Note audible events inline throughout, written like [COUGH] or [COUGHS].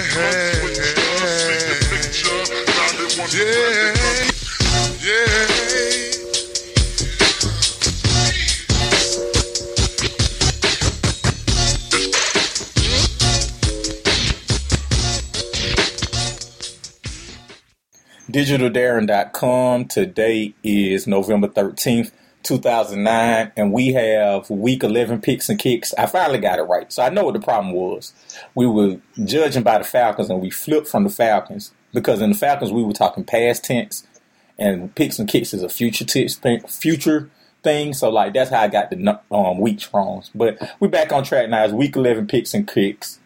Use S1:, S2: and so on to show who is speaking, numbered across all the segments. S1: Blunts with ya, see the picture. Now they want to rap it up.
S2: DigitalDaring.com. Today is November 13th, 2009, and we have week 11 picks and kicks. I finally got it right. So I know what the problem was. We were judging by the Falcons, and we flipped from the Falcons because in the Falcons, we were talking past tense, and picks and kicks is a future tense thing, future thing. So, like, that's how I got the nu- um, weeks wrong. But we're back on track now. It's week 11 picks and kicks.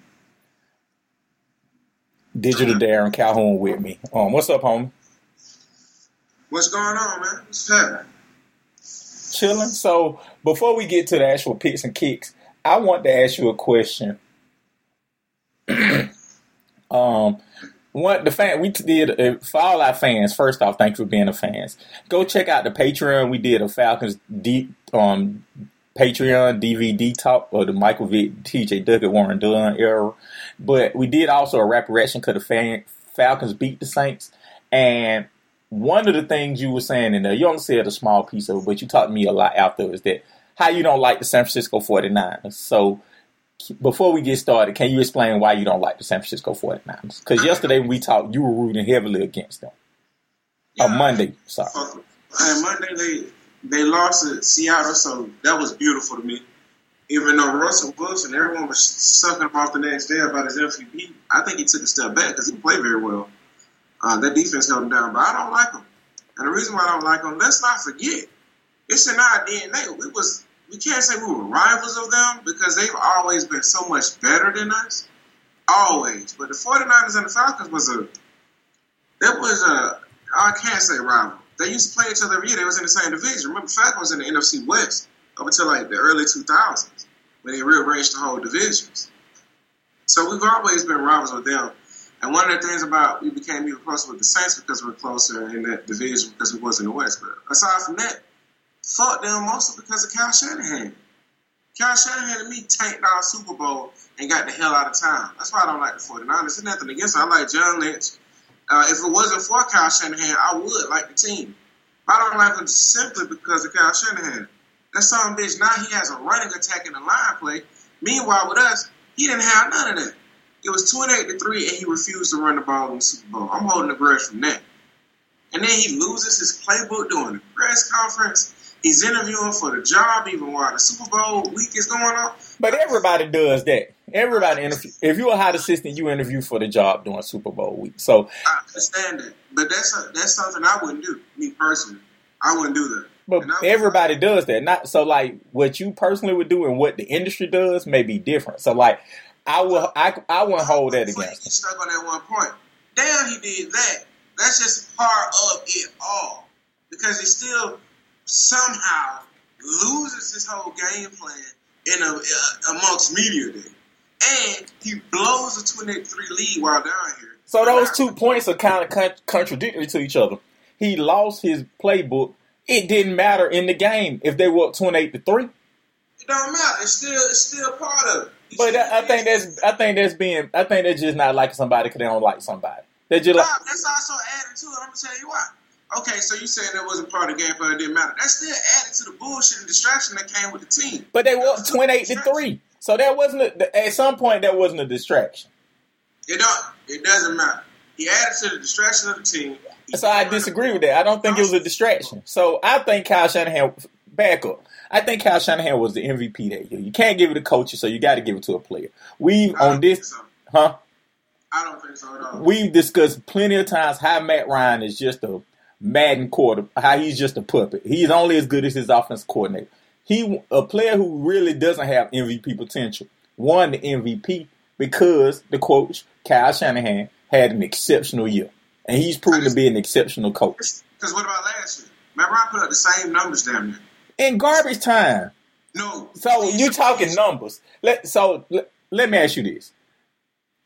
S2: Digital Darren Calhoun with me. Um, what's up, homie?
S3: What's going on, man? What's happening?
S2: chilling. So before we get to the actual picks and kicks, I want to ask you a question. [CLEARS THROAT] um, what the fan we did uh, for all our fans. First off, thank you for being a fans. Go check out the Patreon. We did a Falcons deep um Patreon DVD talk of the Michael Vick, T.J. Duckett, Warren Dunn era. But we did also a rap reaction because the fan, Falcons beat the Saints and one of the things you were saying in there, you only said a small piece of it, but you taught me a lot after is that how you don't like the San Francisco 49ers. So before we get started, can you explain why you don't like the San Francisco 49ers? Because yesterday when we talked, you were rooting heavily against them. On
S3: Yeah.
S2: Monday, sorry.
S3: Uh, and Monday they they lost to Seattle, so that was beautiful to me. Even though Russell Wilson, everyone was sucking him off the next day about his MVP, I think he took a step back because he played very well. Uh, that defense held him down, but I don't like him. And the reason why I don't like him, let's not forget, it's in our DNA. We was we can't say we were rivals of them because they've always been so much better than us. Always. But the 49ers and the Falcons was a that was a I can't say rival. They used to play each other every year. They was in the same division. Remember, Falcons was in the NFC West up until like the early 2000s when they rearranged the whole divisions. So we've always been rivals with them. And one of the things about we became even closer with the Saints because we were closer in that division because we was in the West. But aside from that, fuck them mostly because of Kyle Shanahan. Kyle Shanahan and me tanked our Super Bowl and got the hell out of town. That's why I don't like the 49ers. There's nothing against them. I like John Lynch. Uh, if it wasn't for Kyle Shanahan, I would like the team. But I don't like him simply because of Kyle Shanahan. That son of a bitch, now he has a running attack and a line play. Meanwhile, with us, he didn't have none of that. It was 28 to 3, and he refused to run the ball in the Super Bowl. I'm holding a grudge from that. And then he loses his playbook during the press conference. He's interviewing for the job even while the Super Bowl week is going on.
S2: But everybody does that. Everybody interview. If you're a hot assistant, you interview for the job during Super Bowl week. So,
S3: I understand that. But that's, a, that's something I wouldn't do, me personally. I wouldn't do that.
S2: but
S3: And I-
S2: everybody does that. Not so like what you personally would do and what the industry does may be different. So, like I will, I I wouldn't hold that
S3: Flint
S2: against.
S3: is Stuck on that one point. Damn, he did that. That's just part of it all because he still somehow loses his whole game plan in a, uh, amongst media day, and he blows a twenty-three lead while down here.
S2: So those two points are kind of con- contradictory to each other. He lost his playbook. It didn't matter in the game if they were up twenty-eight to three.
S3: It don't matter. It's still it's still part of it. He
S2: But
S3: still
S2: I I think
S3: did it.
S2: that's I think that's being I think they're just not liking somebody because they don't like somebody. They just like
S3: Nah, that's also added to it. I'm gonna tell you why. Okay, so you saying that wasn't part of the game, but it didn't matter. That's still added to the bullshit and distraction that came with the team.
S2: But they were up 28 to 3. So that wasn't a, at some point that wasn't a distraction.
S3: It don't. It doesn't matter. He added to the distraction of the team. He-
S2: So I disagree with that. I don't think it was a distraction. So I think Kyle Shanahan back up. I think Kyle Shanahan was the MVP that year. You can't give it to coaches, so you got to give it to a player. We've
S3: I don't
S2: on this,
S3: think so.
S2: huh?
S3: I don't think so at all.
S2: We've discussed plenty of times how Matt Ryan is just a Madden quarter, how he's just a puppet. He's only as good as his offense coordinator. He a player who really doesn't have MVP potential won the MVP because the coach Kyle Shanahan had an exceptional year, and he's proven to be an exceptional coach
S3: Because what about last year? Matt Ryan put up the same numbers damn near.
S2: in garbage time.
S3: No.
S2: So you talking numbers? Let so let, let me ask you this: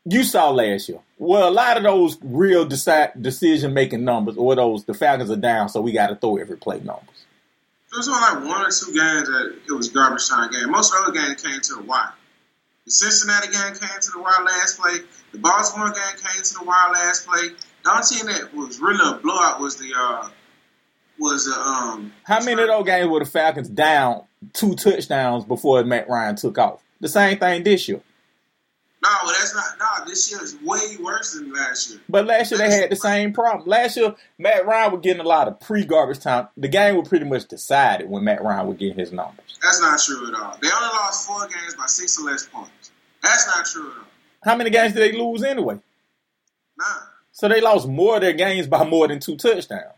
S2: you saw last year. Well, a lot of those real deci- decision making numbers or those the Falcons are down, so we got to throw every play numbers.
S3: There was only like one or two games that it was garbage time game. Most of the other games came to the wire. The Cincinnati game came to the wire last play. The Baltimore game came to the wire last play. The only team that was really a blowout was the uh, was the um.
S2: How many of those games were the Falcons down two touchdowns before Matt Ryan took off? The same thing this year.
S3: No, that's not. No, this year is way worse than last year.
S2: But last year they had the same problem. Last year, Matt Ryan was getting a lot of pre garbage time. The game was pretty much decided when Matt Ryan was getting his numbers.
S3: That's not true at all. They only lost four games by six or less points. That's not true at all.
S2: How many games did they lose anyway?
S3: Nah.
S2: So they lost more of their games by more than two touchdowns.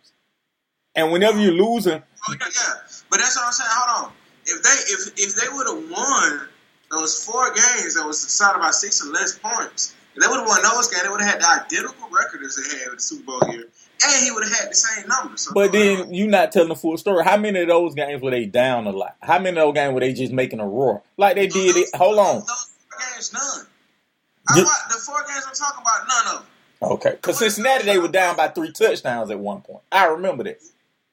S2: And whenever you're losing,
S3: Oh yeah, yeah. But that's what I'm saying. Hold on. If they if if they would have won those four games that was decided by six or less points, if they would have won those games, they would have had the identical record as they had with the Super Bowl here, and he would have had the same numbers. So,
S2: but then you're not telling the full story. How many of those games were they down a lot? How many of those games were they just making a roar like they did it? Hold on,
S3: Those four games, none. I
S2: Ju-
S3: watched- the four games I'm talking about, none of them.
S2: okay. Because Cincinnati they were down by three touchdowns at one point. I remember that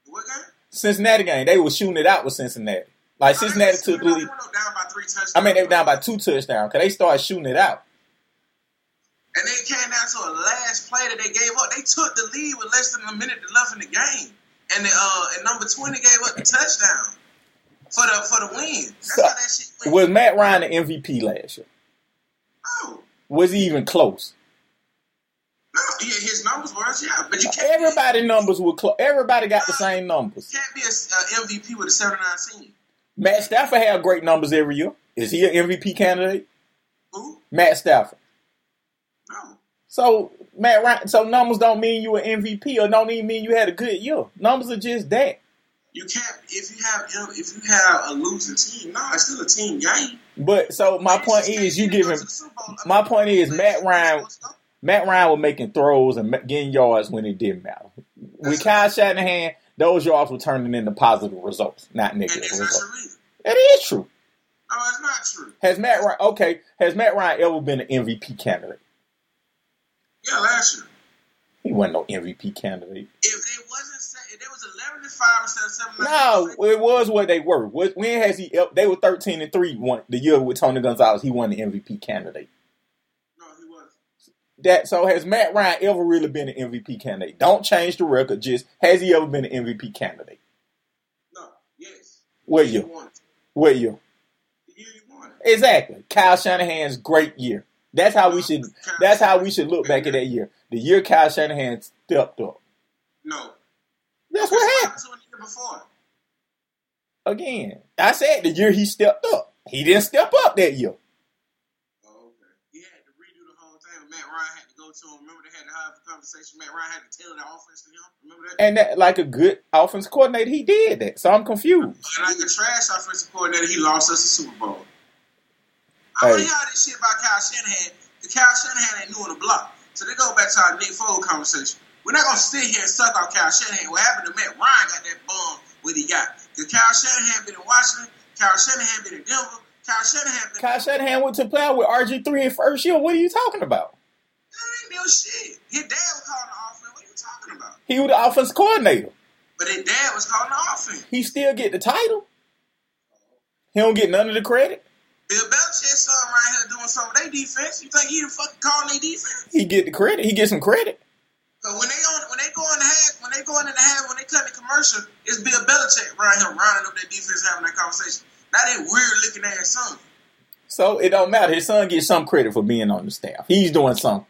S3: What game?
S2: Cincinnati game they were shooting it out with Cincinnati. Like Cincinnati took the
S3: They
S2: lead.
S3: were down by three touchdowns.
S2: I mean they were down by two touchdowns because they started shooting it out.
S3: And then it came down to a last play that they gave up. They took the lead with less than a minute left in the game, and the, uh, and number twenty gave up the touchdown for the for the win. That's
S2: So-
S3: how that shit went.
S2: Was Matt Ryan the MVP last year?
S3: no,
S2: Was he even close?
S3: no, yeah, his numbers were yeah, but you can't
S2: Everybody numbers were close. Everybody got the same numbers.
S3: you can't be a uh, MVP with a seventy nine team.
S2: Matt Stafford had great numbers every year. Is he an MVP candidate?
S3: Who?
S2: Matt Stafford.
S3: No,
S2: So Matt Ryan. So numbers don't mean you an MVP or don't even mean you had a good year. Numbers are just that.
S3: you can't. If you have you know, if you have a losing team, no, it's still a team game.
S2: But so my point is, you giving my point is Matt Ryan- Matt Ryan was making throws and ma- getting yards when it didn't matter. With Kyle Shanahan, those yards were turning into positive results, not
S3: And
S2: negative
S3: it's not
S2: results.
S3: true. either.
S2: That is true.
S3: No, it's not true.
S2: Has Matt Ryan okay? Has Matt Ryan ever been an MVP candidate?
S3: Yeah, last year.
S2: He wasn't no MVP candidate.
S3: If they wasn't, se- if they was eleven and five instead of seven, like-
S2: No, it was what they were. What- When has he? el- They were thirteen and three. One the year with Tony Gonzalez, he won the MVP candidate.
S3: no, he was.
S2: That so has Matt Ryan ever really been an MVP candidate? Don't change the record. Just has he ever been an MVP candidate?
S3: No, yes.
S2: What
S3: You
S2: year?
S3: won.
S2: What year?
S3: The year you won.
S2: Exactly. Kyle Shanahan's great year. That's how we should. That's how we should look back at that year. The year Kyle Shanahan stepped up.
S3: No.
S2: That's what happened.
S3: That's what happened before.
S2: Again, I said the year he stepped up. He didn't step up that year.
S3: Oh, okay. He had to redo the whole thing. Matt Ryan had to go to him. Remember they had to have a conversation. Matt Ryan had to tailor the offense to him. Remember that?
S2: And that, like a good offense coordinator, he did that. So I'm confused.
S3: And like a trash offensive coordinator, he lost us the Super Bowl.
S2: Hey.
S3: I don't hear all this shit about Kyle Shanahan. The Kyle Shanahan ain't new on the block. So they go back to our Nick Foles conversation. We're not gonna sit here and suck on Kyle Shanahan. What happened to Matt Ryan got that bum what he got. Because Kyle Shanahan been in Washington, Kyle Shanahan been in Denver, Kyle Shanahan been
S2: Kyle Shanahan went to play out with RG3 in first year. What are you talking about?
S3: that ain't no shit. His dad was calling the offense. What are you talking about?
S2: He was the offense coordinator.
S3: But his dad was calling the offense.
S2: He still get the title. He don't get none of the credit.
S3: Bill Belichick's son right here doing some of their defense. You think he the fucking calling their defense?
S2: He get the credit. He get some credit.
S3: But when they on, when they go in the half, when they go in the half, when they cut the commercial, it's Bill Belichick around here rounding up that defense, having that conversation. Now they weird looking ass son.
S2: So it don't matter. His son gets some credit for being on the staff. He's doing something.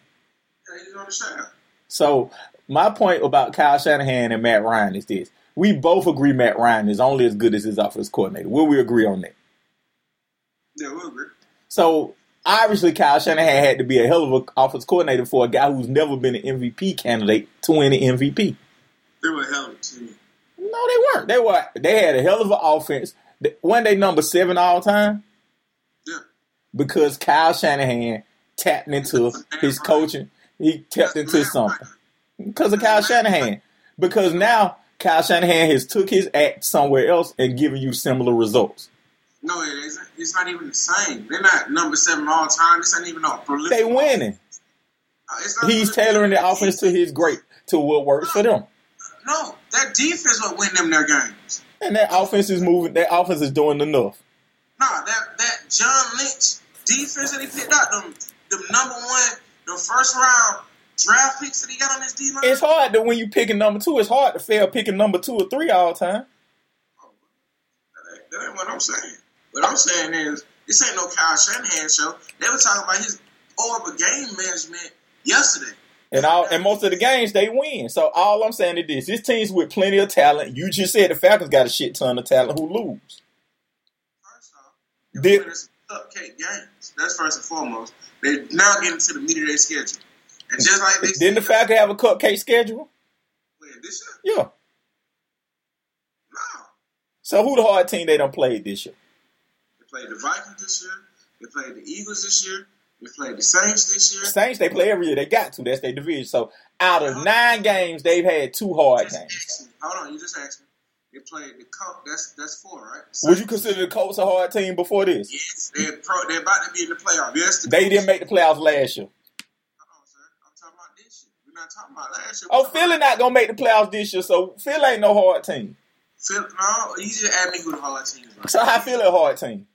S3: Hey, you know what I'm saying?
S2: So my point about Kyle Shanahan and Matt Ryan is this: we both agree Matt Ryan is only as good as his offense coordinator. Will we agree on that?
S3: Yeah, we're weird.
S2: So obviously, Kyle Shanahan had to be a hell of an offense coordinator for a guy who's never been an MVP candidate to win an MVP.
S3: They were hell of a team.
S2: No, they weren't. They were. They had a hell of an offense. One day, number seven all time
S3: Yeah.
S2: because Kyle Shanahan tapped into his coaching. He tapped into something because of Kyle Shanahan. Because now Kyle Shanahan has took his act somewhere else and given you similar results.
S3: No, it isn't. It's not even the same. They're not number seven all time. This ain't even a prolific.
S2: They winning.
S3: Uh, it's not
S2: He's tailoring the offense to his great to what works for them.
S3: No, that defense will win them their games.
S2: And that offense is moving. That offense is doing enough.
S3: Nah, that that John Lynch defense that he picked out, them them number one, the first round draft picks that he got on his D line.
S2: It's hard to when you picking number two. It's hard to fail picking number two or three all the time.
S3: That ain't what I'm saying. What I'm saying is, this ain't no Kyle Shanahan show. They were talking about his over game management yesterday.
S2: And all and most of the games they win. So all I'm saying is this: this team's with plenty of talent. You just said the Falcons got a shit ton of talent who lose.
S3: First off,
S2: Did-
S3: winning some cupcake games. That's first and foremost. They now getting to the meat of their schedule. And just like they
S2: Didn't the Falcons have a cupcake schedule?
S3: win this year?
S2: Yeah.
S3: No.
S2: So who the hard team they done played this year?
S3: They played the Vikings this year. They played the Eagles this year. They played the Saints this year.
S2: Saints they play every year. They got to. That's their division. So out of nine games, they've had two hard
S3: Just
S2: games.
S3: asked me. Hold on, you just asked me. They played the Colts. That's that's four, right?
S2: Would you consider the Colts a hard team before this?
S3: Yes, they're pro, they're about to be in the playoff. Yes, the
S2: They didn't make the playoffs last year.
S3: Hold on, sir. I'm talking about this year. We're not talking about last year.
S2: Oh, Philly not gonna make the playoffs this year, so Philly ain't no hard team.
S3: Phil, no, you just asked me who the hard team is. Like.
S2: So how Philly a hard team?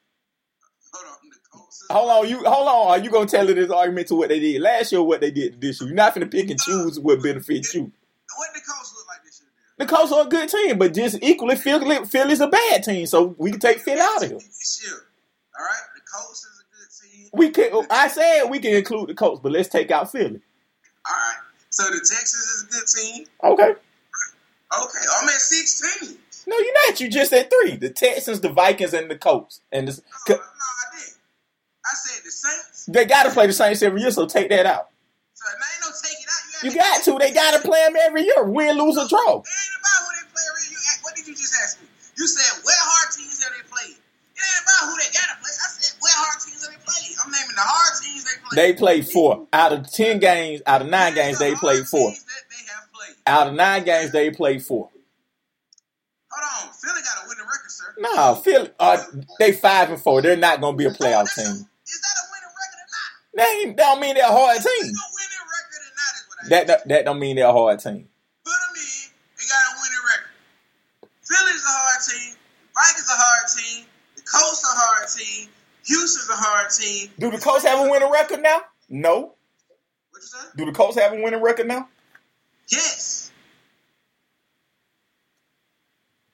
S3: Hold on, the Colts. Is,
S2: Hold on, you hold on. Are you gonna tell it this argument to what they did last year or what they did this year? You're not gonna pick and choose what benefits you.
S3: What the Colts look like this year? then?
S2: The Colts are a good team, but just equally Philly Philly's a bad team, so we can take Philly out of here.
S3: This year, all right. The Colts is a good team.
S2: We can I said we can include the Colts, but let's take out Philly.
S3: All right. So the Texans is a good team.
S2: Okay.
S3: Okay, I'm at sixteen.
S2: No, you're not. You just said three. The Texans, the Vikings, and the Colts. And this,
S3: No, no, I didn't. I said the Saints.
S2: they gotta play the Saints every year, so take that out.
S3: So they ain't no take it out.
S2: You got to. They gotta play them every year. Win, lose, or draw.
S3: It ain't about who they play. Reed. You, act- what did you just ask me? You said what hard teams have they played? It ain't about who they gotta play. I said what hard teams have they played? I'm naming the hard teams they played.
S2: They played four. Out of ten games, out of nine games,
S3: These are
S2: they
S3: hard
S2: played four.
S3: teams that they have played.
S2: Out of nine games, they played four.
S3: Hold on, Philly got a winning record, sir.
S2: No, Philly, uh, they five and four. They're not gonna be a playoff team.
S3: Is that a winning record or not?
S2: They ain't- that don't mean they're a hard
S3: Is
S2: team.
S3: it a winning record or not? Is what I
S2: That, that that don't mean they're a hard team.
S3: Put them in. They got a winning record. Philly's a hard team. Vikings a hard team. The Colts a hard team. Houston's a hard team.
S2: Do the Colts have a winning record now? No.
S3: What you say?
S2: Do the Colts have a winning record now?
S3: Yes.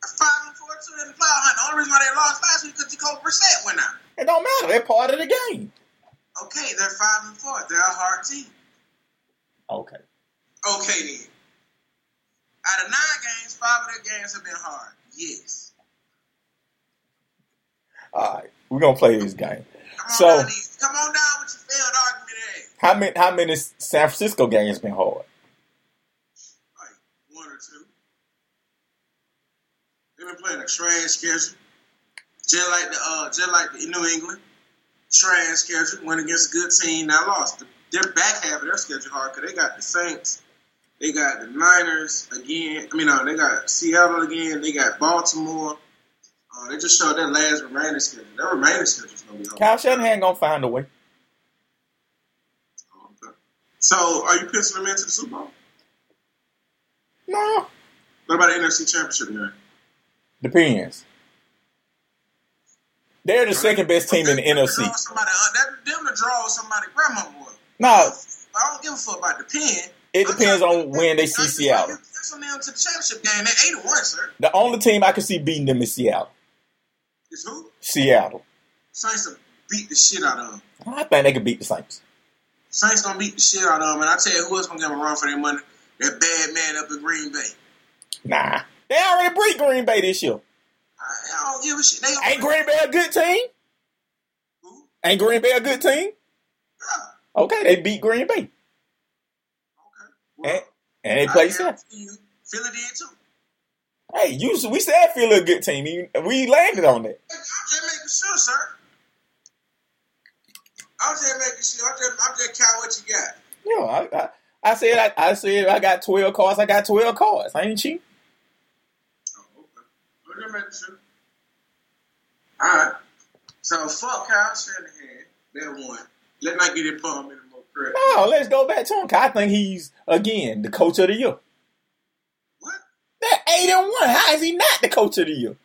S3: A Five and four, two and five hundred. The only reason why they lost last week because Jacob Brissett went out.
S2: It don't matter. They're part of the game.
S3: Okay, they're five and four. They're a hard team.
S2: Okay.
S3: Okay then. Out of nine games, five of their games have been hard. Yes.
S2: All right. We're gonna play this game.
S3: Come on
S2: So-
S3: down, these- come on down with your failed argument. There.
S2: How many how many San Francisco games been hard?
S3: like one or two. They've been playing a trash schedule, just like the uh, just like the New England trash schedule. Went against a good team, now lost. Their back half of their schedule hard because they got the Saints, they got the Niners again. I mean, no, they got Seattle again. They got Baltimore. Uh, they just showed their last remaining schedule. Their remaining schedule's gonna be hard.
S2: Kyle Shanahan gonna find a way.
S3: So, are you penciling them into the Super Bowl?
S2: No.
S3: What about the NFC Championship game?
S2: Depends. They're the second best team in the
S3: Them to
S2: NFC.
S3: draw Somebody, uh, that, them to draw somebody grandma was.
S2: No,
S3: I don't give a fuck about the pen.
S2: it
S3: I'm
S2: depends
S3: trying to-
S2: on when they
S3: I'm
S2: see
S3: just-
S2: Seattle.
S3: That's on them to the championship game. They're eight and one, sir.
S2: The only team I can see beating them is Seattle.
S3: It's who?
S2: Seattle.
S3: Saints to beat the shit out of them.
S2: I think they could beat the Saints.
S3: Saints gonna beat the shit out of them, and I tell you who else gonna give them a run for their money? That bad man up in Green Bay.
S2: Nah. They already beat Green Bay this year.
S3: I, I don't give a shit. They gonna
S2: Ain't Green Bay a good team?
S3: Who?
S2: Ain't Green Bay a good team?
S3: Yeah.
S2: Okay, they beat Green Bay.
S3: Okay.
S2: And,
S3: Well,
S2: and they
S3: I
S2: played Seattle.
S3: guarantee you, Philly did too.
S2: Hey, you, we said Philly a good team. You- We landed on that.
S3: I'm just making sure, sir. I'm just making sure. I'm just, I'm just counting what you got.
S2: Yeah, I, I, I said I, I said I got twelve cards. I got twelve cards. I ain't cheating.
S3: Oh, okay. I'm just making sure. All right. So fuck Kyle Shanahan. That one. Let's not get it bummed anymore. Correct.
S2: No, Oh, let's go back to him. 'cause I think he's again the coach of the year.
S3: What?
S2: That eight and one. How is he not the coach of the year?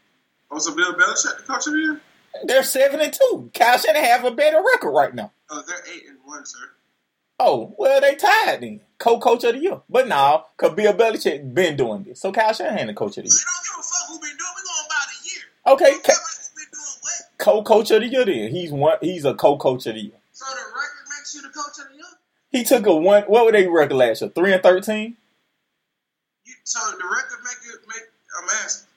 S3: Oh, so Bill Belichick, the coach of the year?
S2: They're seven and two. Kyle Shanahan have a better record right now.
S3: Oh, they're eight and one, sir.
S2: Oh well, they tied then. Co-coach of the year, but no, cause Bill Belichick been doing this. So Kyle Shanahan the coach of the
S3: We
S2: year.
S3: don't give a fuck who been doing. We going by the year.
S2: Okay,
S3: Who
S2: ca-
S3: been doing what?
S2: co-coach of the year. Then he's one. He's a co-coach of the year.
S3: So the record makes you the coach of the year.
S2: He took a one. What were they record last year? Three and thirteen.
S3: You, so the record make you make. I'm asking.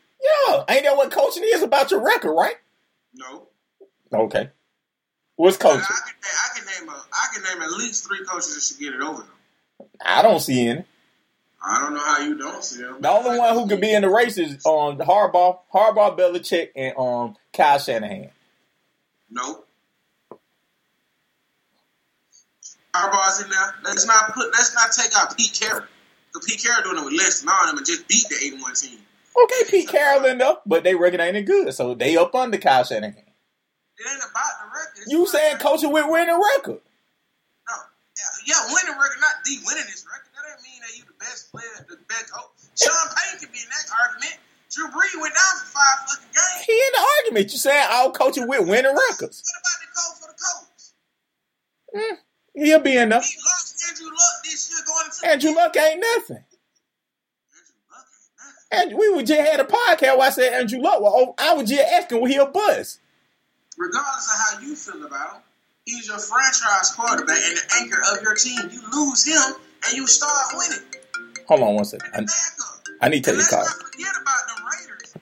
S2: Yeah, ain't that what coaching is about your record, right?
S3: No.
S2: Okay. What's
S3: I, I
S2: coaching?
S3: can I can name a I can name at least three coaches that should get it over them.
S2: I don't see any.
S3: I don't know how you don't see them.
S2: The only one who could be in the race is um, Harbaugh, Harbaugh, Belichick, and um, Kyle Shanahan.
S3: No. Harbaugh's in there. Let's not put. Let's not take out Pete Carroll. Cause Pete Carroll doing it with less than all of them and just beat the eight and one team.
S2: Okay, Pete Carroll in there, but they record ain't good, so they up under Kyle Shanahan.
S3: It ain't about the record. It's
S2: You
S3: about
S2: saying
S3: the-
S2: coaching with winning record?
S3: No. Yeah, yeah, winning record, not the winning this record. That doesn't mean that you the best player, the best coach. Sean Payne could be in that argument. Drew Brees went down for five fucking games.
S2: He in the argument. You saying all coaching with winning records?
S3: What about the coach for the coach?
S2: He'll be in there.
S3: He lost Andrew Luck this year going into
S2: Andrew Luck ain't nothing.
S3: Andrew Luck ain't nothing.
S2: And we were just had a podcast where I said Andrew Luck. Well, oh, I was just asking, will he a bust?
S3: Regardless of how you feel about him, he's your franchise quarterback and the anchor of your team. You lose him and you start winning.
S2: Hold on one second. I,
S3: Backup.
S2: I need to take
S3: And
S2: this
S3: let's
S2: call.
S3: not forget about them Raiders.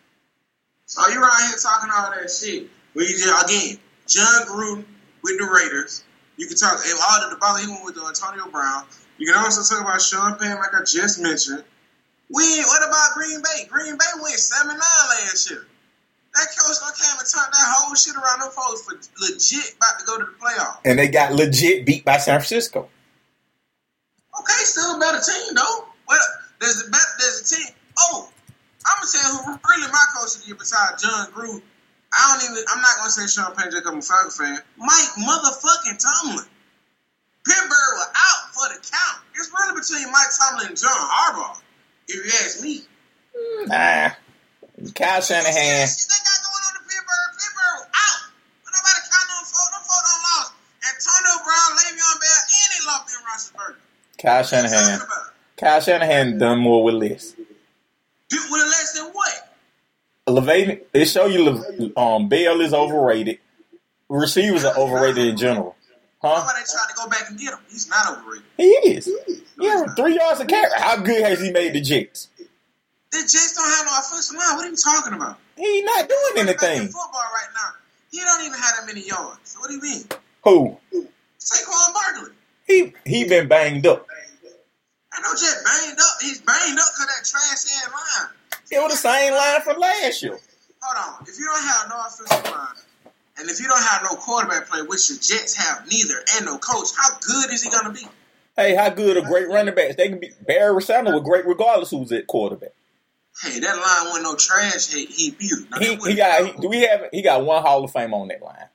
S3: So you're out here talking all that shit. We just, again, John Gruden with the Raiders. You can talk and all the debacle he went with Antonio Brown. You can also talk about Sean Payne, like I just mentioned. We what about Green Bay? Green Bay went seven nine last year. That coach done came and turned that whole shit around them folks for legit about to go to the playoffs.
S2: And they got legit beat by San Francisco.
S3: Okay, still a better team though. Well, there's a better, there's a team. Oh, I'm gonna tell you who really my coach of the year besides John Gruden. I don't even. I'm not gonna say Sean Payne just 'cause I'm a Falcon fan. Mike motherfucking Tomlin. Pittsburgh was out for the count. It's really between Mike Tomlin and John Harbaugh, if you ask me.
S2: Nah. Kyle Shanahan.
S3: Shit they got going on in Pittsburgh, Pittsburgh was out. But nobody counting on folk. Them folk done lost. Antonio Brown, Le'Veon Bell, and they lost Ben Roethlisberger.
S2: Kyle
S3: What you
S2: Shanahan.
S3: talking about?
S2: Kyle Shanahan done more with less.
S3: Dude, with less than what?
S2: Levain, it show you Le- um, Bell is overrated. Receivers are overrated in general. Huh?
S3: Nobody tried to go back and get him. He's not overrated.
S2: He is. He averaged three yards a carry. How good has he made the Jets?
S3: The Jets don't have no offensive line. What are you talking about?
S2: He not doing
S3: Back in
S2: anything.
S3: football right now, he don't even have that many yards. So what do you mean?
S2: Who?
S3: Saquon Barkley.
S2: He he been banged up.
S3: I know Jet banged up. He's banged up because that trash ass line.
S2: It was the same line from last year.
S3: Hold on. If you don't have no offensive line, and if you don't have no quarterback play, which the Jets have neither, and no coach, how good is he gonna be?
S2: Hey, how good are great running backs? They can be Barry Sanders was great regardless who's at quarterback.
S3: Hey, that line wasn't no trash. He he beauty. No,
S2: He
S3: that
S2: he
S3: wasn't-
S2: got he, do we have he got one Hall of Fame on that line.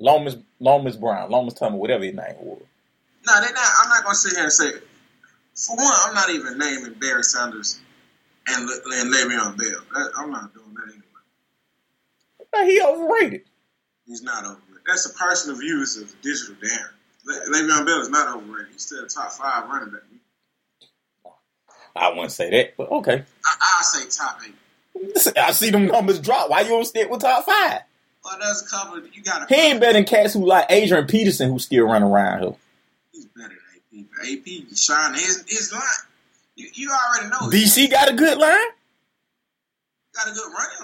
S2: Lomas Lomas Brown, Lomas Thomas, whatever his name was.
S3: No, they're not. I'm not gonna sit here and say. For one, I'm not even naming Barry Sanders and Le- and Le'Veon Bell. That, I'm not doing that anyway.
S2: Nah, He overrated.
S3: He's not overrated. That's a personal view. It's a digital damn. Le- Le'Veon Bell is not overrated. He's still a top five running back.
S2: I wouldn't say that, but okay.
S3: I, I say top eight.
S2: I see them numbers drop. Why you don't stick with top five?
S3: Well, there's a couple. Of, you got
S2: He
S3: to.
S2: ain't better than cats who like Adrian Peterson who still run around here.
S3: He's better than AP. AP, is shining his his line. You, you already know. He
S2: DC got a good line. [LAUGHS]
S3: got a good running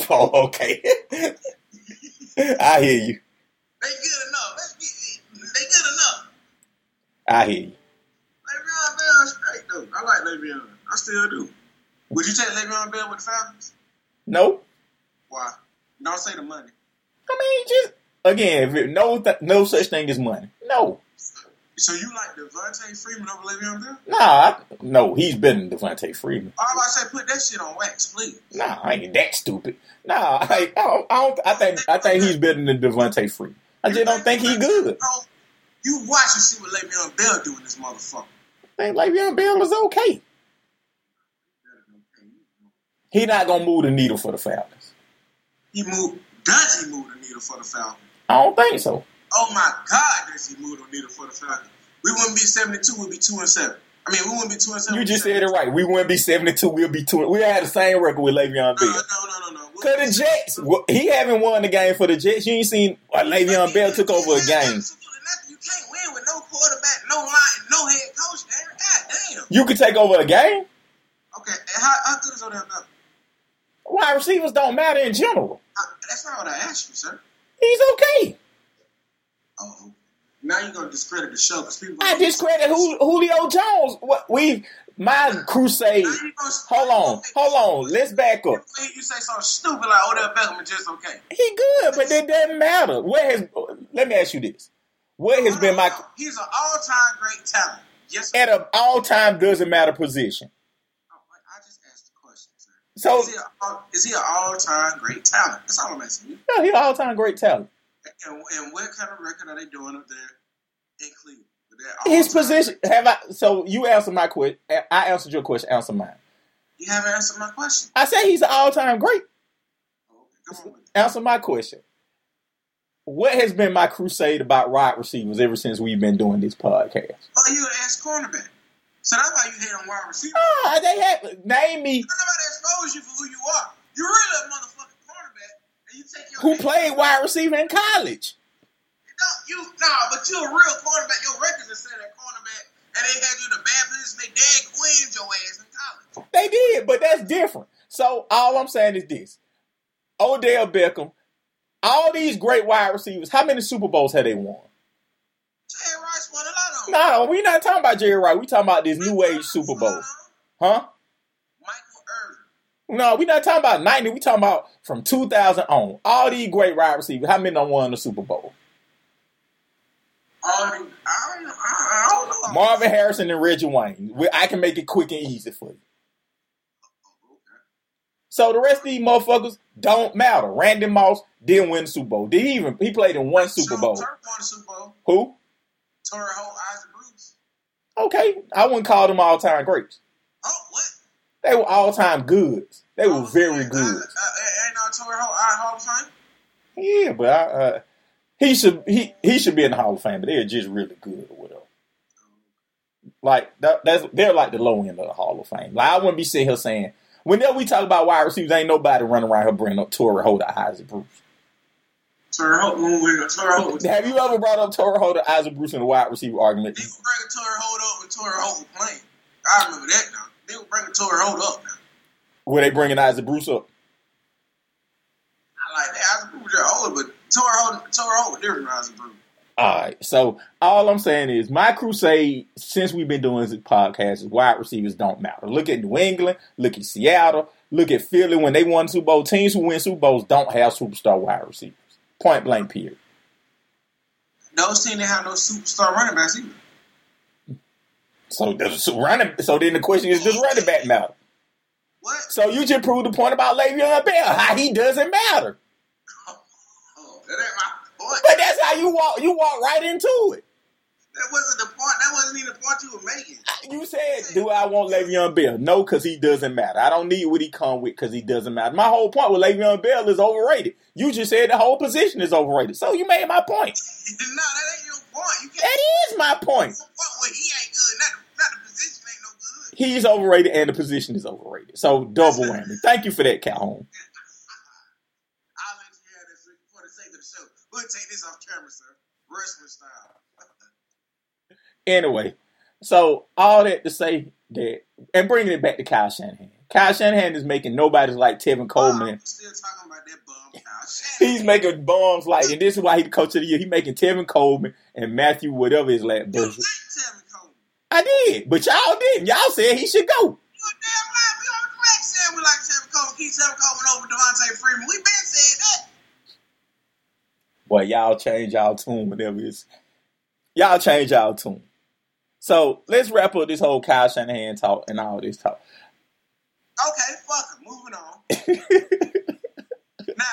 S3: line.
S2: Oh, okay. [LAUGHS] I hear you.
S3: They good enough. Let's be. They good enough.
S2: I hear you.
S3: Le'Veon Bell is great though. I like Le'Veon. I still do. Would you take Le'Veon Bell with the Falcons?
S2: No,
S3: Why? Don't say the money.
S2: I mean just again, if it, no th- no such thing as money. No,
S3: So you like Devontae Freeman over Le'Veon Bell?
S2: nah, I, no, he's better than Devontae Freeman.
S3: All I say, put that shit on wax, please.
S2: Nah, I ain't that stupid. Nah, [LAUGHS] I, I, don't, I don't. I think I think he's better than Devontae Freeman. I just don't think he good.
S3: Oh, You watch and see what Le'Veon Bell do in this motherfucker.
S2: I think Le'Veon Bell is okay. He not gonna move the needle for the Falcons.
S3: He moved. Does he move the needle for the Falcons?
S2: I don't think so.
S3: Oh my God, does he move the needle for the Falcons? We wouldn't be seventy two. We'd be two and seven. I mean, we wouldn't be two and seven.
S2: You just said it right. We wouldn't be seventy two. We'll be two. We had the same record with Le'Veon Bell.
S3: No, no, no, no, no. We'll
S2: Cause
S3: be-
S2: the Jets, well, he haven't won the game for the Jets. You ain't seen uh, Le'Veon Bell took over a game.
S3: Absolutely nothing. You can't win with no quarterback, no line, and no head coach. Man. God damn.
S2: You could take over a game.
S3: Okay, and how, how good is Odell Beckham?
S2: Wide receivers don't matter in general.
S3: I- That's not what I asked you, sir.
S2: He's okay.
S3: Oh, now you're gonna discredit the show because people.
S2: I discredit Ju- Julio Jones. What we my crusade. Hold on, hold on. Let's back up.
S3: You say something stupid like Odell Beckham is just okay.
S2: He good, but it doesn't matter. What has? Let me ask you this: What has been my
S3: He's an all-time great talent. Yes, sir.
S2: at an all time doesn't matter position?
S3: Oh, wait, I just asked the question, sir.
S2: So
S3: Is he, a, all- is he an all-time great talent? That's all I'm asking you.
S2: yeah, he's an all time great talent.
S3: And, and what kind of record are they doing up there in Cleveland? With that
S2: His
S3: all-time-
S2: position. Have I? So you answer my question. I answered your question. Answer mine.
S3: You haven't answered my question.
S2: I say he's an all time great.
S3: Oh, come on with it.
S2: Answer my question. What has been my crusade about wide receivers ever since we've been doing this podcast?
S3: Well, you asked cornerback. So that's why you hate on wide receiver.
S2: Ah, they have name me
S3: Nobody expose you for who you are. You're really a motherfucking cornerback, and you take your
S2: who played wide receiver in college.
S3: No, you nah, but you're a real cornerback. Your records are set at cornerback, and they had you in the bad position. They Dan Quinned your ass in college.
S2: They did, but that's different. So all I'm saying is this: Odell Beckham, all these great wide receivers. How many Super Bowls have they won?
S3: Jerry Rice won a lot of them.
S2: No, we're not talking about Jerry Rice. We're talking about this new age Super Bowl, huh?
S3: Michael Irvin.
S2: No, we're not talking about ninety. We're talking about from 2000 on. All these great wide receivers. How many done won the Super Bowl?
S3: All the, I don't know. I, I don't know.
S2: Marvin Harrison and Reggie Wayne. We- I can make it quick and easy for you. So the rest of these motherfuckers don't matter. Randy Moss didn't win the Super Bowl. Did he even? He played in one Super
S3: Sean
S2: Bowl.
S3: Turk won the Super Bowl.
S2: Who?
S3: Tore a whole Isaac Bruce.
S2: Okay, I wouldn't call them all time greats.
S3: Oh, what?
S2: They were all time goods. They were very
S3: Uh, uh,
S2: good.
S3: ain't I tore a whole I Hall of Fame?
S2: Yeah, but I, uh, he should he he should be in the Hall of Fame. But they're just really good or whatever. Like that, that's they're like the low end of the Hall of Fame. Like I wouldn't be sitting here saying whenever we talk about wide receivers, ain't nobody running around here bringing up Torrey Holder, Isaac Bruce.
S3: Tore a whole when we were Tore a whole.
S2: Have you ever brought up Torrey Holder, Isaac Bruce in the wide receiver argument?
S3: They would bring a Torre hold up when Torre hold was playing. I remember that now. They would bring a Torre hold up now.
S2: Were they bringing Isaac Bruce up?
S3: I like that. I remember they're older, but Torre hold Torre hold was different than Isaac Bruce.
S2: All right. So all I'm saying is my crusade since we've been doing this podcast is wide receivers don't matter. Look at New England. Look at Seattle. Look at Philly when they won Super Bowl. Teams who win Super Bowls don't have superstar wide receivers. Point blank. Period.
S3: Those teams didn't have no superstar running backs either.
S2: So does so running. So then the question is, does running back matter?
S3: What?
S2: So you just proved the point about Le'Veon Bell. How he doesn't matter.
S3: Oh, that ain't my point.
S2: But that's how you walk. You walk right into it.
S3: That wasn't the point. That wasn't even the point you were making. [LAUGHS]
S2: You said, "Do I want Le'Veon Bell?" No, because he doesn't matter. I don't need what he come with because he doesn't matter. My whole point with Le'Veon Bell is overrated. You just said the whole position is overrated, so you made my point.
S3: no, that ain't your point. You
S2: That
S3: can't.
S2: is my point.
S3: Your point where he ain't good. Not, not the position ain't no good.
S2: He's overrated and the position is overrated. So double whammy. Thank you for that, Calhoun.
S3: I'll let you have this for the sake of the show. We'll take this off camera, sir. Wrestling style.
S2: Anyway, so all that to say that, and bringing it back to Kyle Shanahan. Kyle Shanahan is making nobody's like Tevin Coleman.
S3: I'm still talking about that bum Kyle Shanahan.
S2: Oh, He's making bombs like, and this is why he the coach of the year. He making Tevin Coleman and Matthew whatever his last.
S3: You
S2: business.
S3: like Tevin Coleman.
S2: I did, but y'all didn't. Y'all said he should go.
S3: You a damn lie. We on the black saying we like Tevin Coleman. Keep Tevin Coleman over Devontae Freeman. We been saying that.
S2: Boy, y'all change y'all tune whenever it's y'all change y'all tune. So let's wrap up this whole Kyle Shanahan talk and all this talk.
S3: Okay, fuck it.
S2: [LAUGHS]
S3: Moving on. now,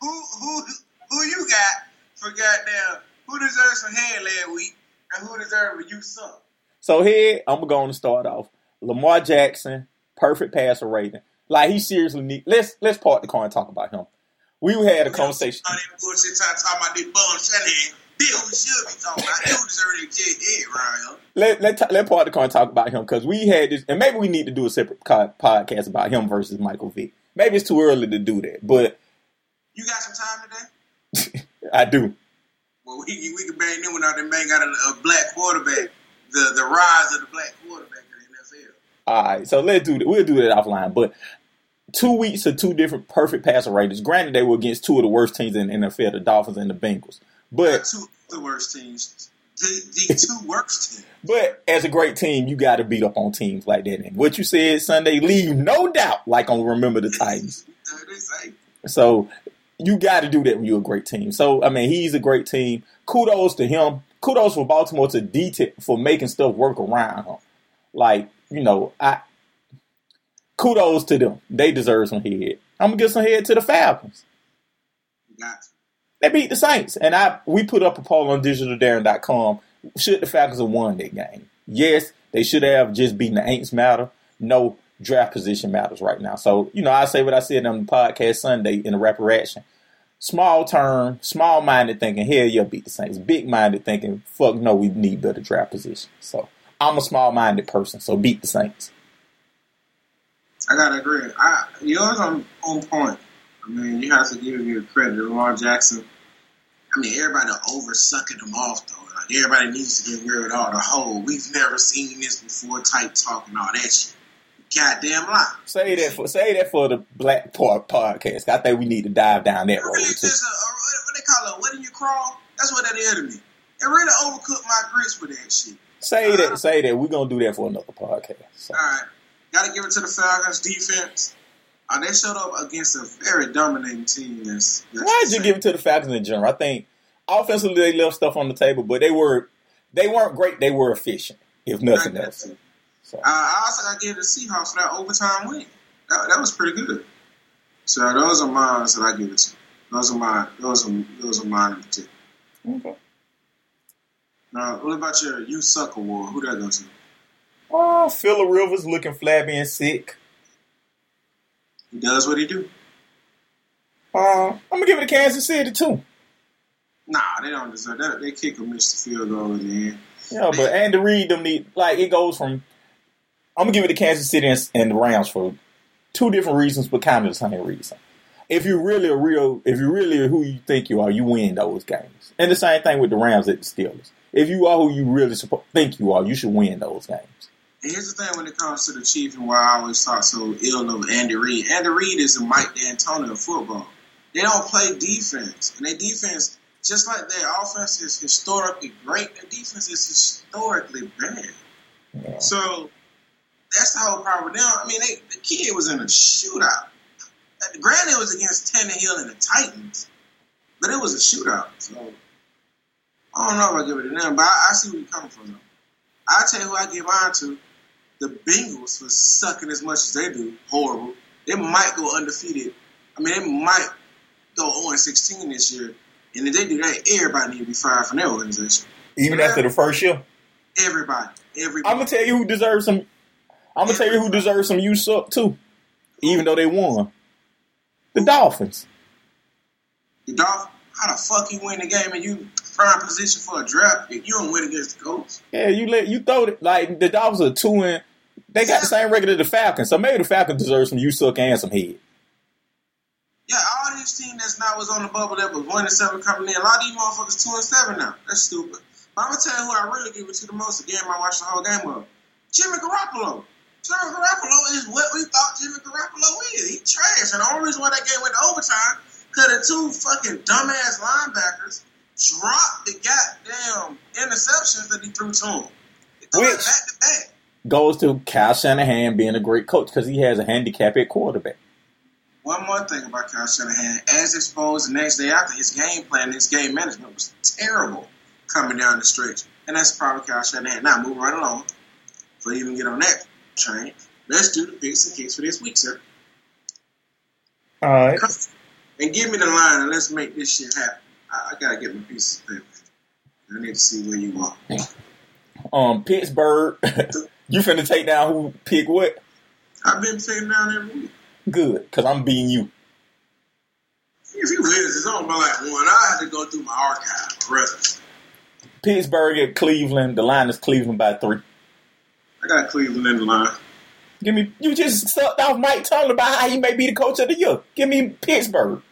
S3: who who who you got for goddamn who deserves some head last week? And who deserved it? You suck.
S2: So here I'm going to start off. Lamar Jackson, perfect passer rating. Like he seriously need. Let's let's park the car and talk about him. We had a conversation.
S3: All that bullshit time talking about these bums trying to deal. We should be talking about. They don't deserve their jet head, Ryan.
S2: Let let ta- let park the car and talk about him because we had this, and maybe we need to do a separate co- podcast about him versus Michael Vick. Maybe it's too early to do that, but
S3: You got some time today?
S2: I do.
S3: Well, we, can- we can bang them without them bang out a, a black quarterback. The the rise of the black quarterback in the NFL.
S2: All right, so let's do that. We'll do that offline. But two weeks of two different perfect passer ratings. Granted, they were against two of the worst teams in the NFL, the Dolphins and the Bengals.
S3: The
S2: But
S3: two the worst teams. The, the two worst teams.
S2: but as a great team, you got to beat up on teams like that. And what you said Sunday, leave no doubt. Like on remember the Titans.
S3: [LAUGHS] Uh, this ain't-
S2: So you got to do that when you're a great team. So I mean, he's a great team. Kudos to him. Kudos for Baltimore to detail for making stuff work around him. Like you know, I kudos to them. They deserve some head. I'm gonna give some head to the Falcons.
S3: you got to.
S2: They beat the Saints, and I we put up a poll on digitaldarren.com. Should the Falcons have won that game? Yes, they should have just beaten the Aints matter. No draft position matters right now. So you know, I say what I said on the podcast Sunday in the rapid reaction. Small term, small minded thinking. Hell yeah, beat the Saints. Big minded thinking. Fuck no, we need better draft position. So I'm a small minded person. So beat the Saints.
S3: I gotta agree. I yours on on point. I mean, you have to give your credit, Lamar Jackson. I mean, everybody over sucking him off though. Like everybody needs to get rid of all the whole. We've never seen this before. Type talk and all that shit. Goddamn lie.
S2: Say that for say that for the Black Park podcast. I think we need to dive down that
S3: It
S2: road
S3: really
S2: too.
S3: just a, a uh, what they call it. What do you crawl? That's what that is to me. It really overcooked my grits with that shit.
S2: Say that, say that. We're gonna do that for another podcast. So,
S3: All right, gotta give it to the Falcons defense. Uh, they showed up against a very dominating team. That's, that's
S2: why'd you give it to the Falcons in general? I think offensively they left stuff on the table, but they were they weren't great. They were efficient, if nothing else. So,
S3: Uh, I also got to give the Seahawks for that overtime win. That, that was pretty good. So those are mine that I give it to. Those are mine. Those are those are mine to take.
S2: okay.
S3: Now, what about your you suck award? Who that goes to?
S2: Oh, Phillip Rivers looking flabby and sick.
S3: He does what he do.
S2: Uh, I'm gonna give it to Kansas City too.
S3: Nah, they don't deserve that. They kick a missed field goal in the end.
S2: Yeah, but Andy Reid them need like it goes from. I'm gonna give it to Kansas City and, and the Rams for two different reasons, but kind of the same reason. If you really a real, if you really are who you think you are, you win those games. And the same thing with the Rams at the Steelers. If you are who you really suppo- think you are, you should win those games.
S3: And here's the thing when it comes to the Chiefs and why I always talk so ill of Andy Reid. Andy Reid is a Mike D'Antonio of football. They don't play defense. And their defense, just like their offense is historically great, their defense is historically bad.
S2: Yeah.
S3: So that's the whole problem. Now, I mean, they, the kid was in a shootout. Uh, Granted, it was against Tannehill and the Titans, but it was a shootout. So I don't know if I give it to them, but I, I see where you're coming from. Though. I tell you who I give mine to: the Bengals for sucking as much as they do. Horrible. They might go undefeated. I mean, they might go 0 16 this year. And if they do that, everybody need to be fired from their organization.
S2: Even after the first year,
S3: Everybody. Everybody.
S2: I'm gonna tell you who deserves some. I'm gonna tell you who deserves some use up too, even though they won. The Dolphins.
S3: The Dolph, how the fuck you win the game and you prime position for a draft pick? You don't win against the Colts.
S2: Yeah, you let you throw it like the Dolphins are two and they got the same record as the Falcons, so maybe the Falcons deserve some you suck and some head.
S3: Yeah, all these teams that's not was on the bubble that was one and seven coming in. A lot of these motherfuckers two and seven now. That's stupid. But I'm gonna tell you who I really give it to the most. The game I watched the whole game of Jimmy Garoppolo. Jimmy Garoppolo is what we thought Jimmy Garoppolo is. He trash, and the only reason why that game went to overtime because the two fucking dumbass linebackers dropped the goddamn interceptions that he threw to him. They threw it
S2: Which-
S3: back to back.
S2: Goes to Kyle Shanahan being a great coach because he has a handicap at quarterback.
S3: One more thing about Kyle Shanahan, as exposed the next day after, his game plan, his game management was terrible coming down the stretch. And that's probably Kyle Shanahan. Now, move right along before you even get on that train. Let's do the picks and kicks for this week, sir.
S2: All right.
S3: And give me the line and let's make this shit happen. I, I gotta get my pieces of paper. I need to see where you are.
S2: Um, Pittsburgh, [LAUGHS] you finna take down who pick what?
S3: I've been taking down every week.
S2: Good, cause I'm beating you.
S3: If you wins, it's only by like one. I had to go through my archive of records.
S2: Pittsburgh at Cleveland. The line is Cleveland by three.
S3: I got Cleveland in the line.
S2: Give me. You just sucked off Mike Tomlin about how he may be the coach of the year. Give me Pittsburgh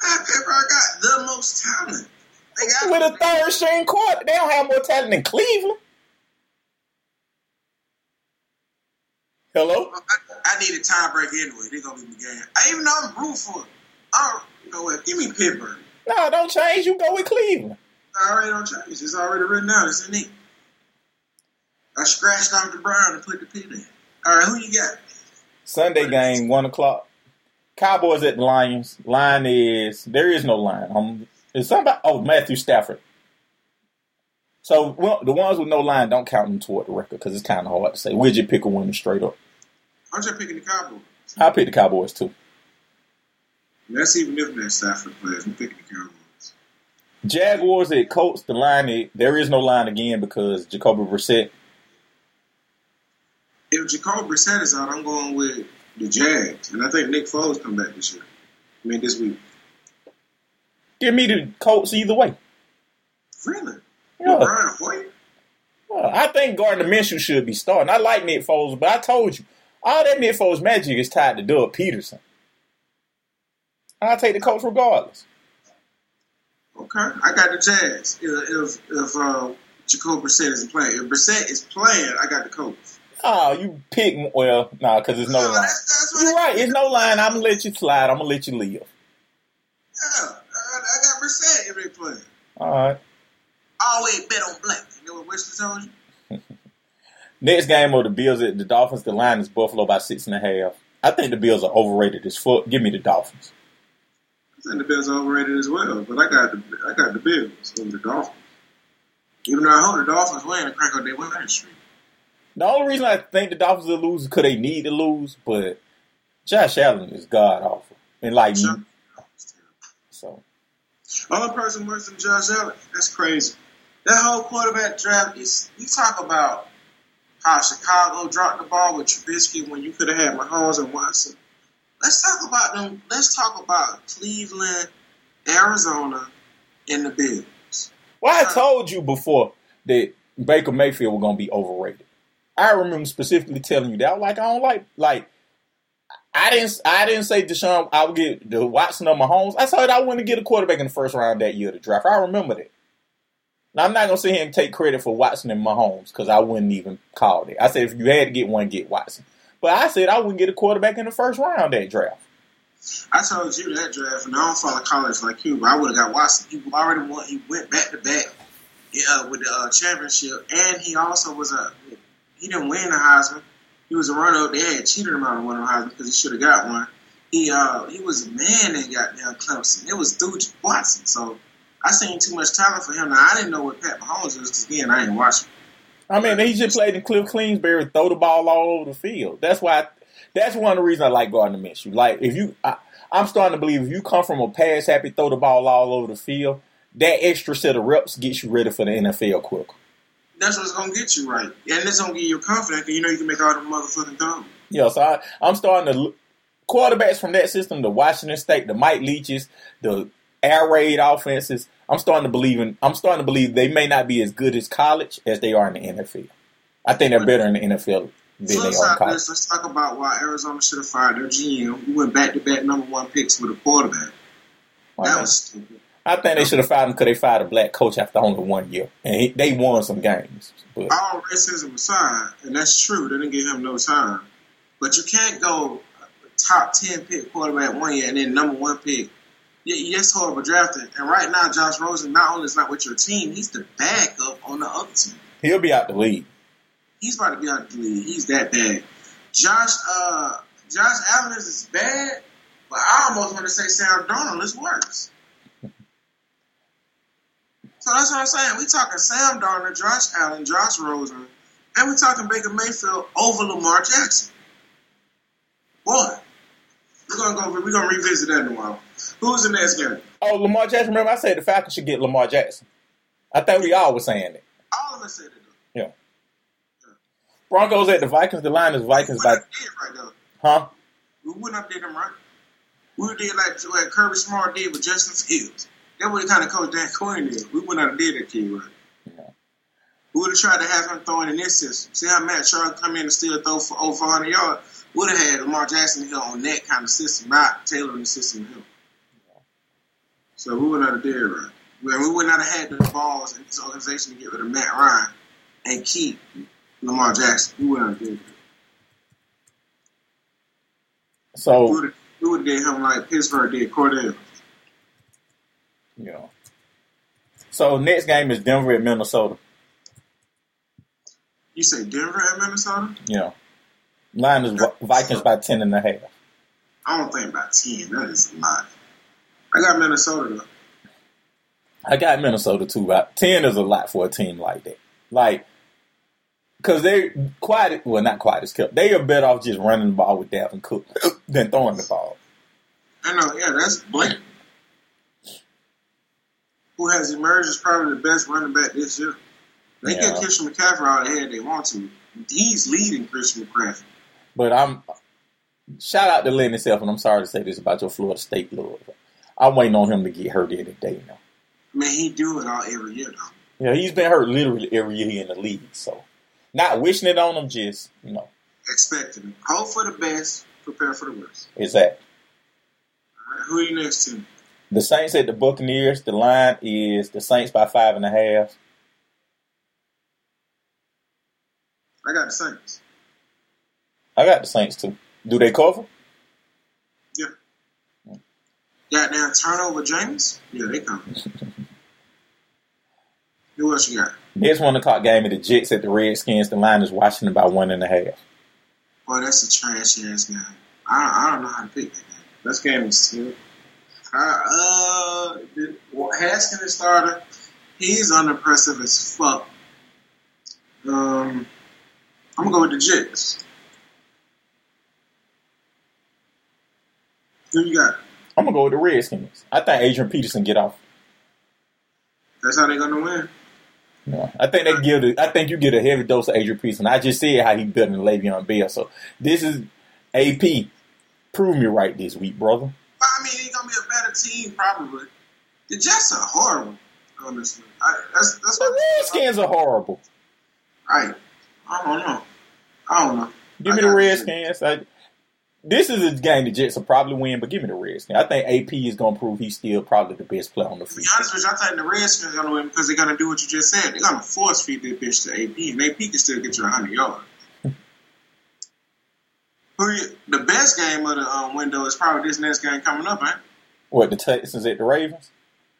S3: I Pepper, I got the most talent. They got
S2: with a third string quarter. They don't have more talent than Cleveland. Hello.
S3: I, I need a tiebreaker anyway. They're gonna win the game. I even though I'm rooting for. it. I don't you know what. Give me Pittsburgh.
S2: No, don't change. You go with Cleveland.
S3: I already don't change. It's already written out. It's in it. I scratched off the brown and put the pin in. All right, who you got?
S2: Sunday game, one o'clock. Cowboys at the Lions. Line is there is no line. Um, is somebody? Oh, Matthew Stafford. So well, the ones with no line don't count them toward the record because it's kind of hard to say. We'll just pick a winner straight up.
S3: I'm just picking the Cowboys.
S2: I pick the Cowboys too.
S3: That's even if that Stafford plays. I'm picking the Cowboys.
S2: Jaguars at Colts. The line is there is no line again because Jacoby Brissett.
S3: If Jacob Brissett is out, I'm going with the Jags, and I think Nick Foles come back this year. I mean, this week.
S2: Give me the Colts either way.
S3: Really?
S2: Yeah.
S3: Brian Hoyer?
S2: Well, I think Gardner Minshew should be starting. I like Nick Foles, but I told you, all that Nick Foles magic is tied to Doug Peterson. I'll take the Colts regardless.
S3: Okay, I got the Jazz. If if uh, Jacob Brissett isn't playing, if Brissett is playing, I got the Colts.
S2: Oh, you pick well, nah, because there's no
S3: Oh,
S2: line.
S3: that's- that's what
S2: You're
S3: I-
S2: right, it's no line. I'm gonna let you slide. I'm gonna let you live.
S3: Yeah, I, I got Brissett if they playing.
S2: All right.
S3: Always bet on black. You know what Wesley told you?
S2: Next game of the Bills at the Dolphins. The line is Buffalo by six and a half. I think the Bills are overrated as fuck. Give me the Dolphins.
S3: I think the Bills are overrated as well, but I got the I got the Bills over the Dolphins. Even though I hope the Dolphins win and crack up their winning streak.
S2: The only reason I think the Dolphins will lose is because they need to lose, but Josh Allen is god awful. And like,
S3: Josh Allen's terrible.
S2: so
S3: Only person worse than Josh Allen. That's crazy. That whole quarterback draft is. You talk about how Chicago dropped the ball with Trubisky when you could have had Mahomes and Watson. Let's talk about them. Let's talk about Cleveland, Arizona, and the Bills.
S2: Well, I told you before that Baker Mayfield was gonna be overrated. I remember specifically telling you that. I was Like I don't like like I didn't I didn't say Deshaun I would get the Watson or Mahomes. I said I wouldn't get a quarterback in the first round that year of the draft. I remember that. Now I'm not gonna sit here and take credit for Watson and Mahomes because I wouldn't even call it. I said if you had to get one, get Watson. But I said I wouldn't get a quarterback in the first round that draft.
S3: I told you that draft, and I don't follow college like you, but I would have got Watson. He already won. He went back to back uh, with the uh, championship, and he also was a. He didn't win the Heisman. He was a runner-up. They had cheated him out of winning the Heisman because he should have got one. He uh, he was a man and got down Clemson. It was dude Watson. So I seen too much talent for him. Now I didn't know what Pat Mahomes was because again I ain't watching.
S2: I mean, he just played in Cliff Cleansbury, throw the ball all over the field. That's why. that's one of the reasons I like Gardner Minshew. Like, if you, I, I'm starting to believe if you come from a pass happy, throw the ball all over the field, that extra set of reps gets you ready for the NFL quicker.
S3: That's what's gonna get you right, and it's gonna get you confident. 'cause You know you can make all the motherfucking throws.
S2: Yeah, so I, I'm starting to look, quarterbacks from that system, the Washington State, the Mike Leaches, the air raid offenses. I'm starting to believe in. I'm starting to believe they may not be as good as college as they are in the NFL. I think they're better in the NFL than
S3: Flip
S2: they are in
S3: side of
S2: college.
S3: this, let's talk about why Arizona should have fired their GM. We went back to back number one picks with a quarterback. That was stupid.
S2: I think they should have fired him because they fired a black coach after only one year, and he, they won some games. But
S3: All racism aside, and that's true, they didn't give him no time. But you can't go top 10 pick quarterback one year and then number one pick. Y- That's horrible drafting. And right now, Josh Rosen not only is not with your team, he's the backup on the other team.
S2: he'll be out the league.
S3: He's about to be out the league. He's that bad. Josh uh, Josh Allen is bad, but I almost want to say Sam Darnold is worse. so that's what I'm saying. We talking Sam Darnold, Josh Allen, Josh Rosen, and we talking Baker Mayfield over Lamar Jackson. Boy, we're gonna go. We're gonna revisit that in a while. Who's the next game?
S2: Oh, Lamar Jackson! Remember, I said the Falcons should get Lamar Jackson. I think we all were saying it.
S3: All of us said it though.
S2: Broncos at the Vikings. The line is
S3: We
S2: Vikings
S3: wouldn't
S2: like,
S3: have did right though.
S2: huh?
S3: We wouldn't have did them right. We would've did like what Kirby Smart did with Justin Fields. That would have kind of coach Dan Quinn did. We wouldn't have did that kid right. We would have tried to have him throwing in this system. See how Matt Sharp come in and still throw for over 400 yards. Would have had Lamar Jackson here on that kind of system, not tailoring the system to him. So we would not have did it right. We, we would not have had the balls in this organization to get rid of Matt Ryan and keep Lamar Jackson. We would not have did it. We
S2: So
S3: would have we would have did him like Pittsburgh did Cordell.
S2: you know. So next game is Denver at Minnesota.
S3: You say Denver and Minnesota?
S2: You know, line is Vi- Vikings by ten and a half.
S3: I don't think about 10. That is a lot. I got Minnesota, though.
S2: I got Minnesota too. Right? Ten is a lot for a team like that. Like, because they quiet. Well, not quiet as kept. They are better off just running the ball with Dalvin Cook [COUGHS] than throwing the ball.
S3: I know, yeah, that's Blake, who has emerged as probably the best running back this year. They
S2: Yeah.
S3: get Christian McCaffrey out of the head they want to. He's leading Christian McCaffrey.
S2: But I'm shout out to Lenny Self, and I'm sorry to say this about your Florida State love. I'm waiting on him to get hurt any day now.
S3: Man, he do it all every year, though.
S2: You know, he's been hurt literally every year he in the league. So, not wishing it on him, just you know,
S3: Expecting it. Hope for the best, prepare for the worst.
S2: is that
S3: All right, who you next to?
S2: the Saints at the Buccaneers? The line is the Saints by five and a half.
S3: I got the Saints.
S2: I got the Saints too. Do they cover? [LAUGHS]
S3: Yeah. Goddamn turnover, James? Yeah, they coming. who else you got?
S2: Next one o'clock game of the Jets at the Redskins. The line is Washington by one and a half.
S3: Boy, that's a trash ass game. I, I don't know how to pick that game. That game is stupid. I, uh, the, well, Haskins is starter. He's unimpressive as fuck. Um, I'm gonna go with the Jets. Who you got?
S2: I'm gonna go with the Redskins. I think Adrian Peterson get off.
S3: That's how they gonna win.
S2: No, I think they give. The, I think you get a heavy dose of Adrian Peterson. I just said how he built in Le'Veon Bell. So this is AP. Prove me right this week, brother.
S3: But, I mean, he's gonna be a better team probably. The Jets are horrible, honestly. I, that's that's
S2: The
S3: what
S2: Redskins are horrible.
S3: Right. I don't know. I don't know.
S2: Give me the Redskins. I, this is a game the Jets will probably win, but give me the Redskins. I think AP is gonna prove he's still probably the best player on the
S3: To be
S2: field.
S3: honest with you, I think the Redskins are going to win because they're going to do what you just said. They're going to force feed this bitch to AP, and AP can still get you
S2: [LAUGHS]
S3: 100 yards. Who you, the best game of the um, window is probably this next game coming up, man.
S2: What the Texans at the Ravens?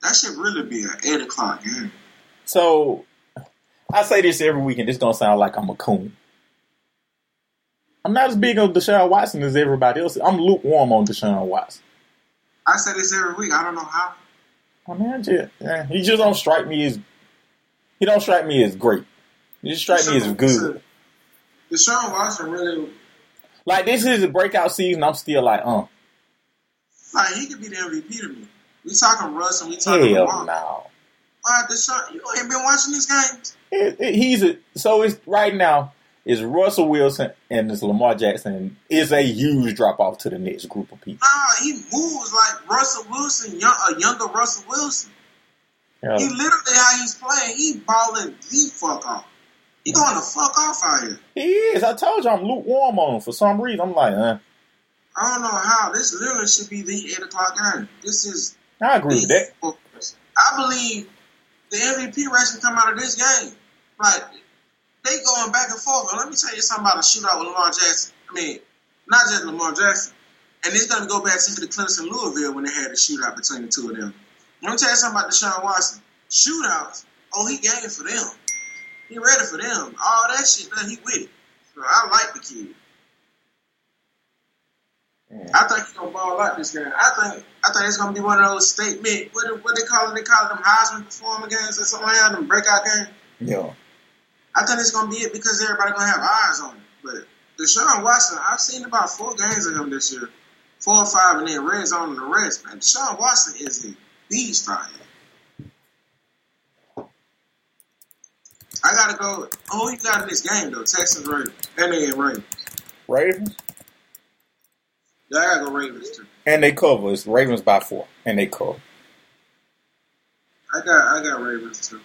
S3: That should really be an 8 o'clock game.
S2: So I say this every week, and this gonna sound like I'm a coon. I'm not as big on Deshaun Watson as everybody else. I'm lukewarm on Deshaun Watson.
S3: I say this every week. I don't know how.
S2: I mean, I just, yeah, he just don't strike me as he don't strike me as great. He just strike me as good.
S3: Deshaun Watson really,
S2: Like this is a breakout season. I'm still like, uh,
S3: like, he could be the MVP to me. We talking Russ and we talking
S2: hell
S3: Lamar.
S2: no.
S3: Why, Deshaun, you ain't been watching these games?
S2: It, it- he's a, so it's right now. It's Russell Wilson and it's Lamar Jackson. It's a huge drop off to the next group of people.
S3: Nah, he moves like Russell Wilson, young, a younger Russell Wilson.
S2: Yeah.
S3: He literally how he's playing, he balling the fuck off. He going to fuck off out here.
S2: He is. I told you I'm lukewarm on him for some reason. I'm like, eh,
S3: I don't know how. This literally should be the eight o'clock game. This is
S2: I agree with
S3: the
S2: that.
S3: I believe the MVP race can come out of this game. Like they going back and forth. And let me tell you something about a shootout with Lamar Jackson. I mean, not just Lamar Jackson. And it's gonna go back to the Clemson Louisville when they had the shootout between the two of them. Let me tell you something about Deshaun Watson. Shootouts, oh he game for them. He ready for them. All that shit, man, he with it. So I like the kid. I think he's gonna ball out this game. I think I think it's gonna be one of those statement what they- what they call it, they call it them Heisman performing games or something like that, them breakout games.
S2: Yeah.
S3: I think it's gonna be it because everybody gonna have eyes on it. But Deshaun Watson, I've seen about four games of him this year. Four or five and then red zone and the rest, man. Deshaun Watson is a beast out here. I gotta go. Oh, you got in this game though. Texans Ravens. And they ain't Ravens.
S2: Ravens
S3: Yeah, I gotta go Ravens too.
S2: and they cover. It's Ravens by four and they cover.
S3: I got I got Ravens too.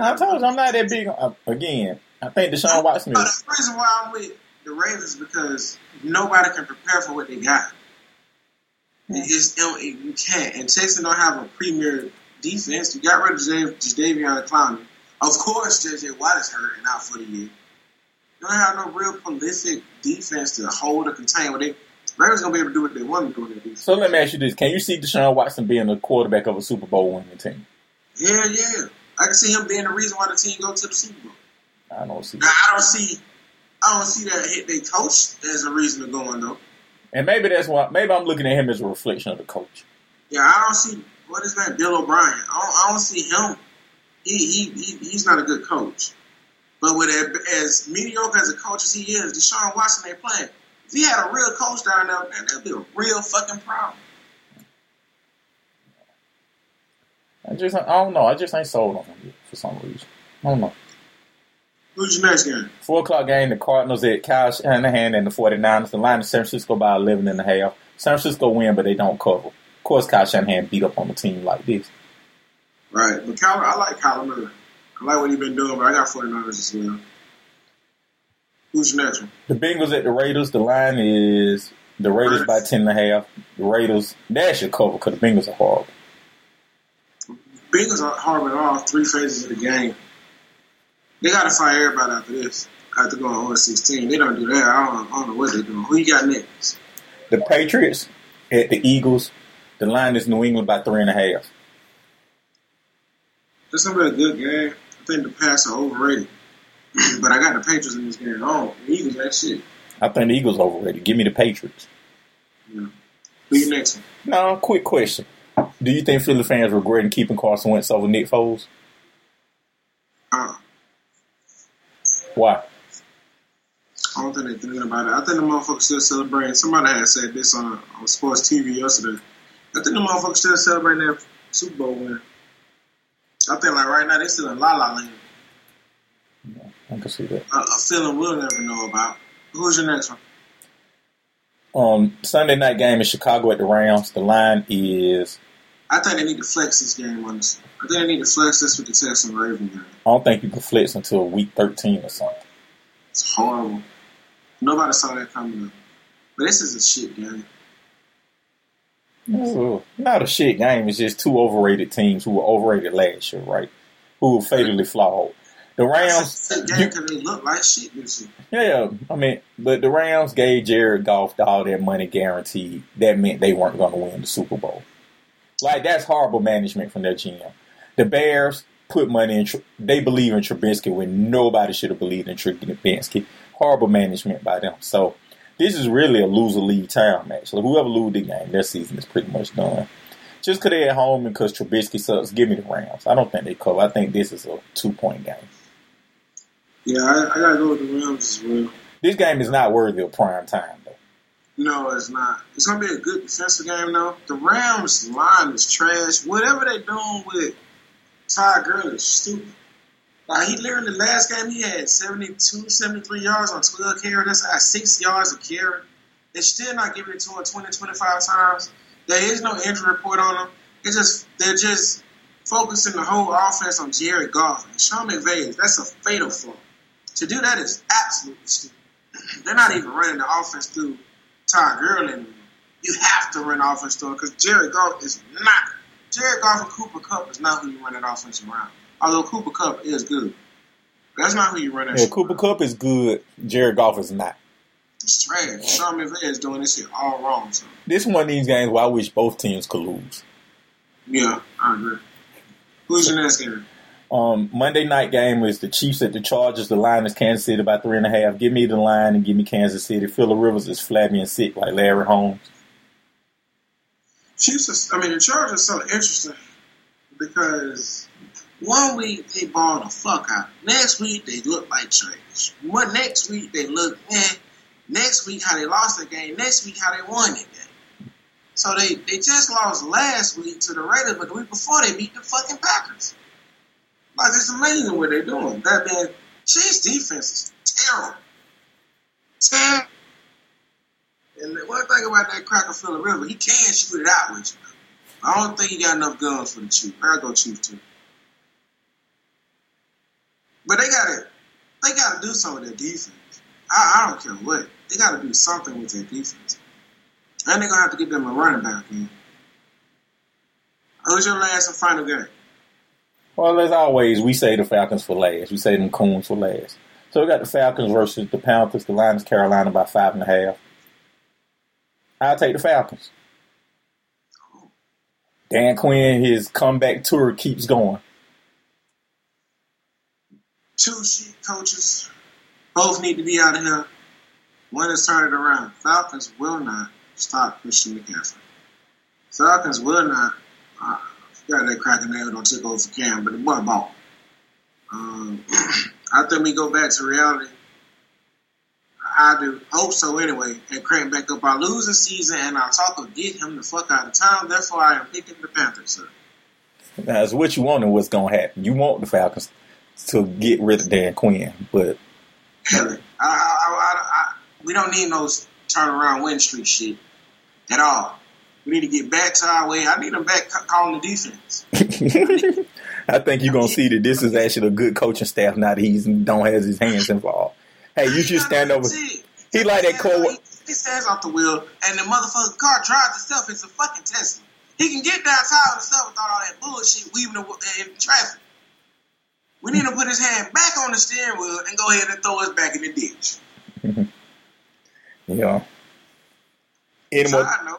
S2: I told you I'm not that big. on- uh, again, I think Deshaun Watson
S3: But
S2: is.
S3: the reason why I'm with the Ravens is because nobody can prepare for what they got. It's, you, know, you can't. And Texas don't have a premier defense. You got rid of Jadav- Jadavion Clowney. Of course, JJ Watt is hurt and out for the year. You don't have no real prolific defense to hold or contain. What they Ravens gonna be able to do what they want to do in their defense.
S2: So let me ask you this: Can you see Deshaun Watson being the quarterback of a Super Bowl winning team?
S3: Yeah, yeah. I can see him being the reason why the team go to the Super Bowl.
S2: I don't see.
S3: Now, I don't see, I don't see that hit they coach as a reason to go in though.
S2: And maybe that's why. Maybe I'm looking at him as a reflection of the coach.
S3: Yeah, I don't see what is that Bill O'Brien. I don't, I don't see him. He, he he he's not a good coach. But with a, as mediocre as a coach as he is, Deshaun Watson ain't playing. If he had a real coach down there, man, that'd be a real fucking problem.
S2: I just. I don't know. I just ain't sold on him yet for some reason. I don't know.
S3: Who's your next game?
S2: Four o'clock game, the Cardinals at Kyle Shanahan and the 49ers. The line is San Francisco by 11 and a half. San Francisco win, but they don't cover. Of course, Kyle Shanahan beat up on a team like this.
S3: Right, but Kyler, I like Kyler Miller. I like what he's been doing, but I got 49ers as well. Who's your next one?
S2: The Bengals at the Raiders. The line is the Raiders by 10 and a half. The Raiders, that should cover because the Bengals are horrible.
S3: Bengals are hard at all three phases of the game. They got to fire everybody after this. After going on 16, they don't do that. I don't, I don't know what they're doing. Who you got next?
S2: The Patriots at the Eagles. The line is New England by three and a half.
S3: This is gonna be a good game. I think the pass are overrated, [CLEARS THROAT] but I got the Patriots in this game. Oh, the Eagles, that shit.
S2: I think the Eagles overrated. Give me the Patriots.
S3: Who you next one?
S2: Now, quick question. Do you think Philly fans regretting keeping Carson Wentz over Nick Foles?
S3: Uh,
S2: Why?
S3: I don't think they're thinking about it. I think the motherfuckers still celebrating. Somebody had said this on, on sports TV yesterday. I think the motherfuckers still celebrating their Super Bowl win. I think like right now they still in la la land.
S2: I can see that.
S3: a, a feeling we'll never know about. Who's your next one?
S2: Um, Sunday night game in Chicago at the Rams. The line is
S3: I think they need to flex this game on this. I think they need to flex this with the Texans Raven game.
S2: I don't think you can flex until week thirteen or something.
S3: It's horrible. Nobody saw that coming up. But this is a shit game.
S2: Ooh, not a shit game. It's just two overrated teams who were overrated last year, right? Who were fatally flawed. The Rams,
S3: It's a game because they look like shit this year.
S2: yeah, I mean, but the Rams gave Jared Goff all that money guaranteed. That meant they weren't going to win the Super Bowl. Like that's horrible management from their GM. The Bears put money in. Tr- They believe in Trubisky when nobody should have believed in Trubisky. Horrible management by them. So this is really a loser leave town match. So whoever lose the game, their season is pretty much done. Just 'cause they're at home and because Trubisky sucks, give me the Rams. I don't think they cover. I think this is a two point game.
S3: Yeah, I, I gotta go with the Rams as well.
S2: This game is not worthy of prime time though.
S3: No, it's not. It's gonna be a good defensive game though. The Rams line is trash. Whatever they doing with Ty Gurley is stupid. Like he literally last game he had 72, 73 yards on 12 carries. That's at six yards a carry. They still not giving it to him 20, 25 times. There is no injury report on him. It's just they're just focusing the whole offense on Jared Goff and Sean McVay. That's a fatal flaw. To do that is absolutely stupid. [CLEARS THROAT] They're not even running the offense through Ty Gurley anymore. You have to run offense through because Jared Goff is not Jared Goff and Cooper Cup is not who you run that offense around. Although Cooper Cup is good, that's not who you run that.
S2: Yeah,
S3: shit
S2: Cooper
S3: around.
S2: Cup is good. Jared Goff is not.
S3: It's trash. Sean McVay is doing this shit all wrong. So
S2: This is one of these games where I wish both teams could lose.
S3: yeah, I agree. Who's your next game?
S2: Um, Monday night game is the Chiefs at the Chargers. The line is Kansas City by three and a half. Give me the line and give me Kansas City. Phillip Rivers is flabby and sick like Larry Holmes.
S3: Chiefs. Is, I mean, the Chargers are so interesting because one week they ball the fuck out. Next week they look like trash. One next week they look man. Next week how they lost the game. Next week how they won it. So they they just lost last week to the Raiders, but the week before they beat the fucking Packers. Like it's amazing what they're doing. That man, Chiefs defense is terrible. Terrible. And the one thing about that cracker Phillip River, he can shoot it out with you. I don't think he got enough guns for the Chiefs. I'll go Chiefs too. But they gotta they gotta do something with their defense. I, I don't care what. They gotta do something with their defense. And they're gonna have to get them a running back in. Who's your last and final game?
S2: Well, as always, we say the Falcons for last. We say them Coons for last. So we got the Falcons versus the Panthers. The line is Carolina by five and a half. I'll take the Falcons. Dan Quinn, his comeback tour keeps going.
S3: Two sheet coaches. Both need to be out of here. One is turning around. Falcons will not stop Christian McCaffrey. Falcons will not. Uh, I forgot that cracking name don't took over for Cam, but it was ball. Um, [CLEARS THROAT] I think we go back to reality. I do hope so anyway, and crank back up our losing season, and our talk of get him the fuck out of town. Therefore, I am picking the Panthers. Sir.
S2: Now, it's what you want and what's going to happen. You want the Falcons to get rid of Dan Quinn, but [LAUGHS]
S3: Hell, I, I, I, I, we don't need no turnaround win streak shit at all. We need to get back to our way. I need them back ca- calling the defense.
S2: I think you're gonna see that this is actually a good coaching staff now that he's don't has his hands involved. Hey, you should stand over. He like that cold.
S3: His hands off the wheel, and the motherfucking car drives itself. It's a fucking Tesla. He can get downtown himself without all that bullshit weaving in in traffic. We need to put his hand back on the steering wheel and go ahead and throw us back in the ditch.
S2: You know. Any
S3: So
S2: more?
S3: I know.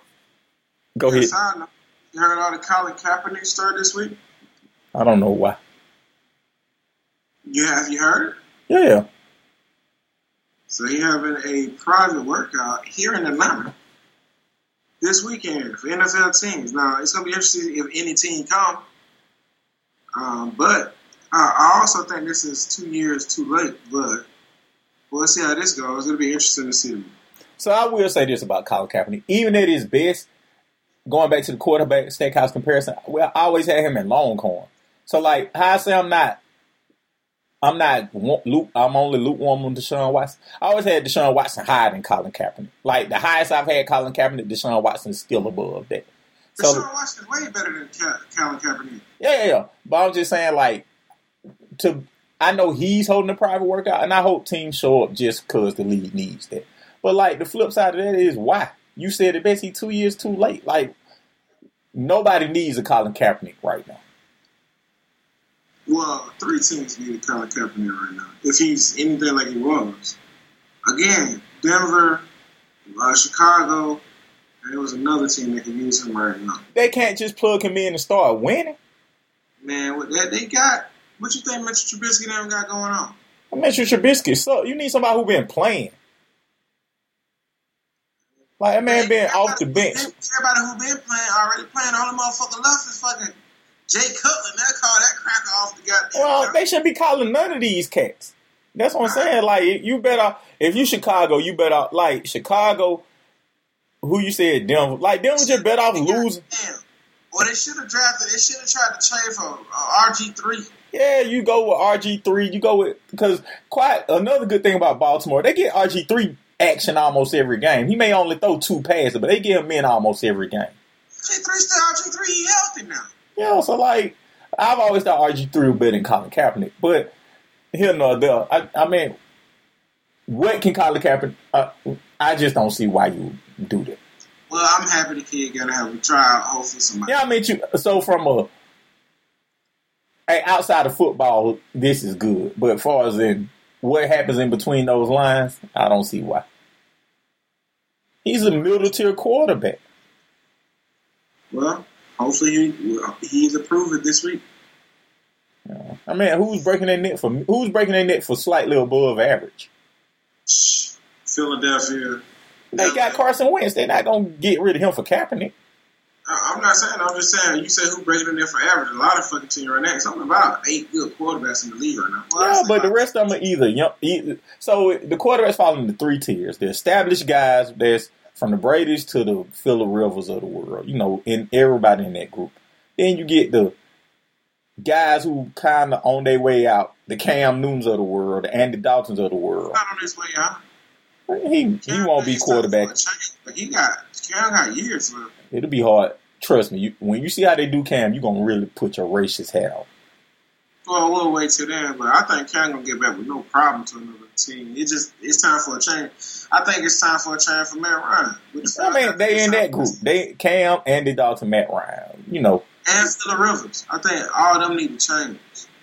S2: Go ahead.
S3: Yes, I know. You heard all the Colin Kaepernick story this week?
S2: I don't know why.
S3: You have you heard?
S2: Yeah.
S3: So he having a private workout here in Atlanta this weekend for NFL teams. Now it's gonna be interesting if any team come. Um, but I I also think this is two years too late. But we'll see how this goes. It'll be interesting to see.
S2: So I will say this about Colin Kaepernick. Even at his best, going back to the quarterback steakhouse comparison, well, I always had him in Longhorn. So like, how I say I'm not, I'm not wa- Luke. I'm only lukewarm on Deshaun Watson. I always had Deshaun Watson higher than Colin Kaepernick. Like the highest I've had Colin Kaepernick, Deshaun Watson is still above that. So
S3: Deshaun Watson is way better than Ka- Colin Kaepernick.
S2: yeah, yeah, yeah. But I'm just saying, like, to I know he's holding a private workout, and I hope teams show up just because the league needs that. But like the flip side of that is why you said it best. He two years too late. Like nobody needs a Colin Kaepernick right now.
S3: Well, three teams need Colin Kaepernick right now. If he's anything like he was, again, Denver, uh, Chicago, and there was another team that could use him right now.
S2: They can't just plug him in and start winning.
S3: Man, what that they got? What you think Mitchell Trubisky and them got going on?
S2: I Mitchell Trubisky, so you need somebody who been playing. Like that man been off the bench.
S3: Everybody who been playing already playing. All the motherfucker left is fucking Jay Cutler. Now call that cracker off the goddamn.
S2: Well,
S3: top.
S2: Uh, they should be calling none of these cats. That's what I'm saying. Like you better if you Chicago, you better like Chicago. Who you said Denver? Like Denver just better off losing.
S3: Damn. Well, they should have drafted. They should have tried to trade for uh, RG three.
S2: Yeah, you go with RG three. You go with because quite another good thing about Baltimore, they get RG three action almost every game. He may only throw two passes, but they get him in almost every game.
S3: RG three still RG three. He healthy now.
S2: Yeah, so like I've always thought RG three was better than Colin Kaepernick, but here nor there. I, I mean, what can Colin Kaepernick? Uh, I just don't see why you do that.
S3: Well, I'm happy the kid got to have a trial. Hopefully, somebody.
S2: Yeah, I mean, you. So from a, hey, outside of football, this is good. But as far as in what happens in between those lines, I don't see why. He's a middle tier quarterback.
S3: Well, hopefully he he's approved it this week.
S2: I mean, who's breaking their neck for? Who's breaking their neck for slightly above average?
S3: Shh. Philadelphia.
S2: They got Carson Wentz. They're not gonna get rid of him for Kaepernick.
S3: I- I'm not saying. I'm just saying. You say who breaking in there for average? A lot of fucking teams right now. Something about eight good quarterbacks in the league right now. Well, I
S2: Yeah,
S3: say
S2: but the
S3: about-
S2: rest of them are either young. Either, so the quarterbacks fall into three tiers: the established guys, that's from the Brady's to the Phillip Rivers of the world. You know, in everybody in that group. Then you get the guys who kind of on their way out, the Cam Newtons of the world, the Andy Daltons of the world.
S3: Not on his way out.
S2: He he won't be
S3: He's talking
S2: quarterback.
S3: about change, but He got Cam got years left.
S2: It'll be hard. Trust me. You, when you see how they do Cam, you are gonna really put your racist hat on.
S3: Well, we'll wait till then, but I think Cam gonna get back with no problem to another team. It just it's time for a change. I think it's time for a change for Matt Ryan. Which-
S2: I mean, they in that group. They Cam, Andy Dalton, Matt Ryan. You know,
S3: and Phillip Rivers. I think all of them need to change.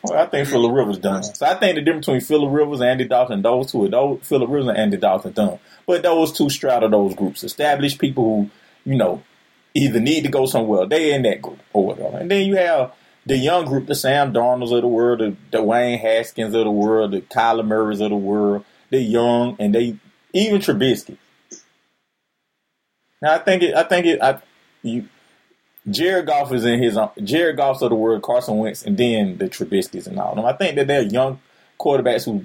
S2: Well, I think Phillip Rivers done. So I think the difference between Phillip Rivers and Andy Dalton, those two are those Phillip Rivers and Andy Dalton done. But those two straddle those groups. Established people who, you know, either need to go somewhere, they in that group or whatever. And then you have the young group, the Sam Darnolds of the world, the Dwayne Haskins of the world, the Kyler Murrays of the world. They're young and they even Trubisky. Now I think it I think it I you Jared Goff is in his own. Jared Goff's of the world, Carson Wentz, and then the Trubisky's and all of them. I think that they're young quarterbacks who,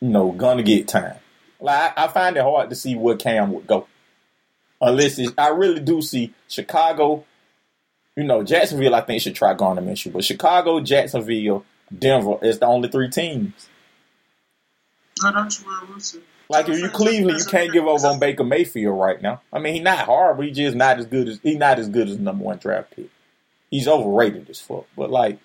S2: you know, gonna get time. Like I, I find it hard to see where Cam would go, unless it's, I really do see Chicago. You know, Jacksonville. I think should try Garner Minshew, but Chicago, Jacksonville, Denver is the only three teams.
S3: No, don't you worry, Wilson.
S2: Like if you Cleveland, you can't give up on Baker Mayfield right now. I mean, he's not hard, but he just not as good as he's not as good as number one draft pick. He's overrated as fuck. But like,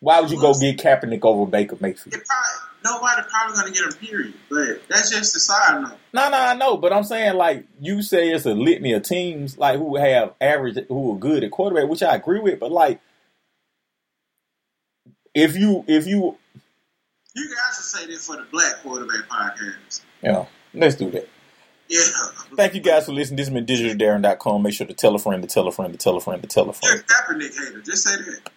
S2: why would you go get Kaepernick over Baker Mayfield?
S3: It probably, nobody probably gonna get a period, but that's just a side note.
S2: No, no, I know, but I'm saying like you say it's a litany of teams like who have average, who are good at quarterback, which I agree with. But like, if you if you
S3: You guys should say this for the Black Quarterback Podcast.
S2: you know, let's do that.
S3: Yeah.
S2: Thank you guys for listening. This has been DigitalDarren.com. Make sure to tell a friend, to tell a friend, to tell a friend, to tell a friend.
S3: You're a Kaepernick hater. Just say that.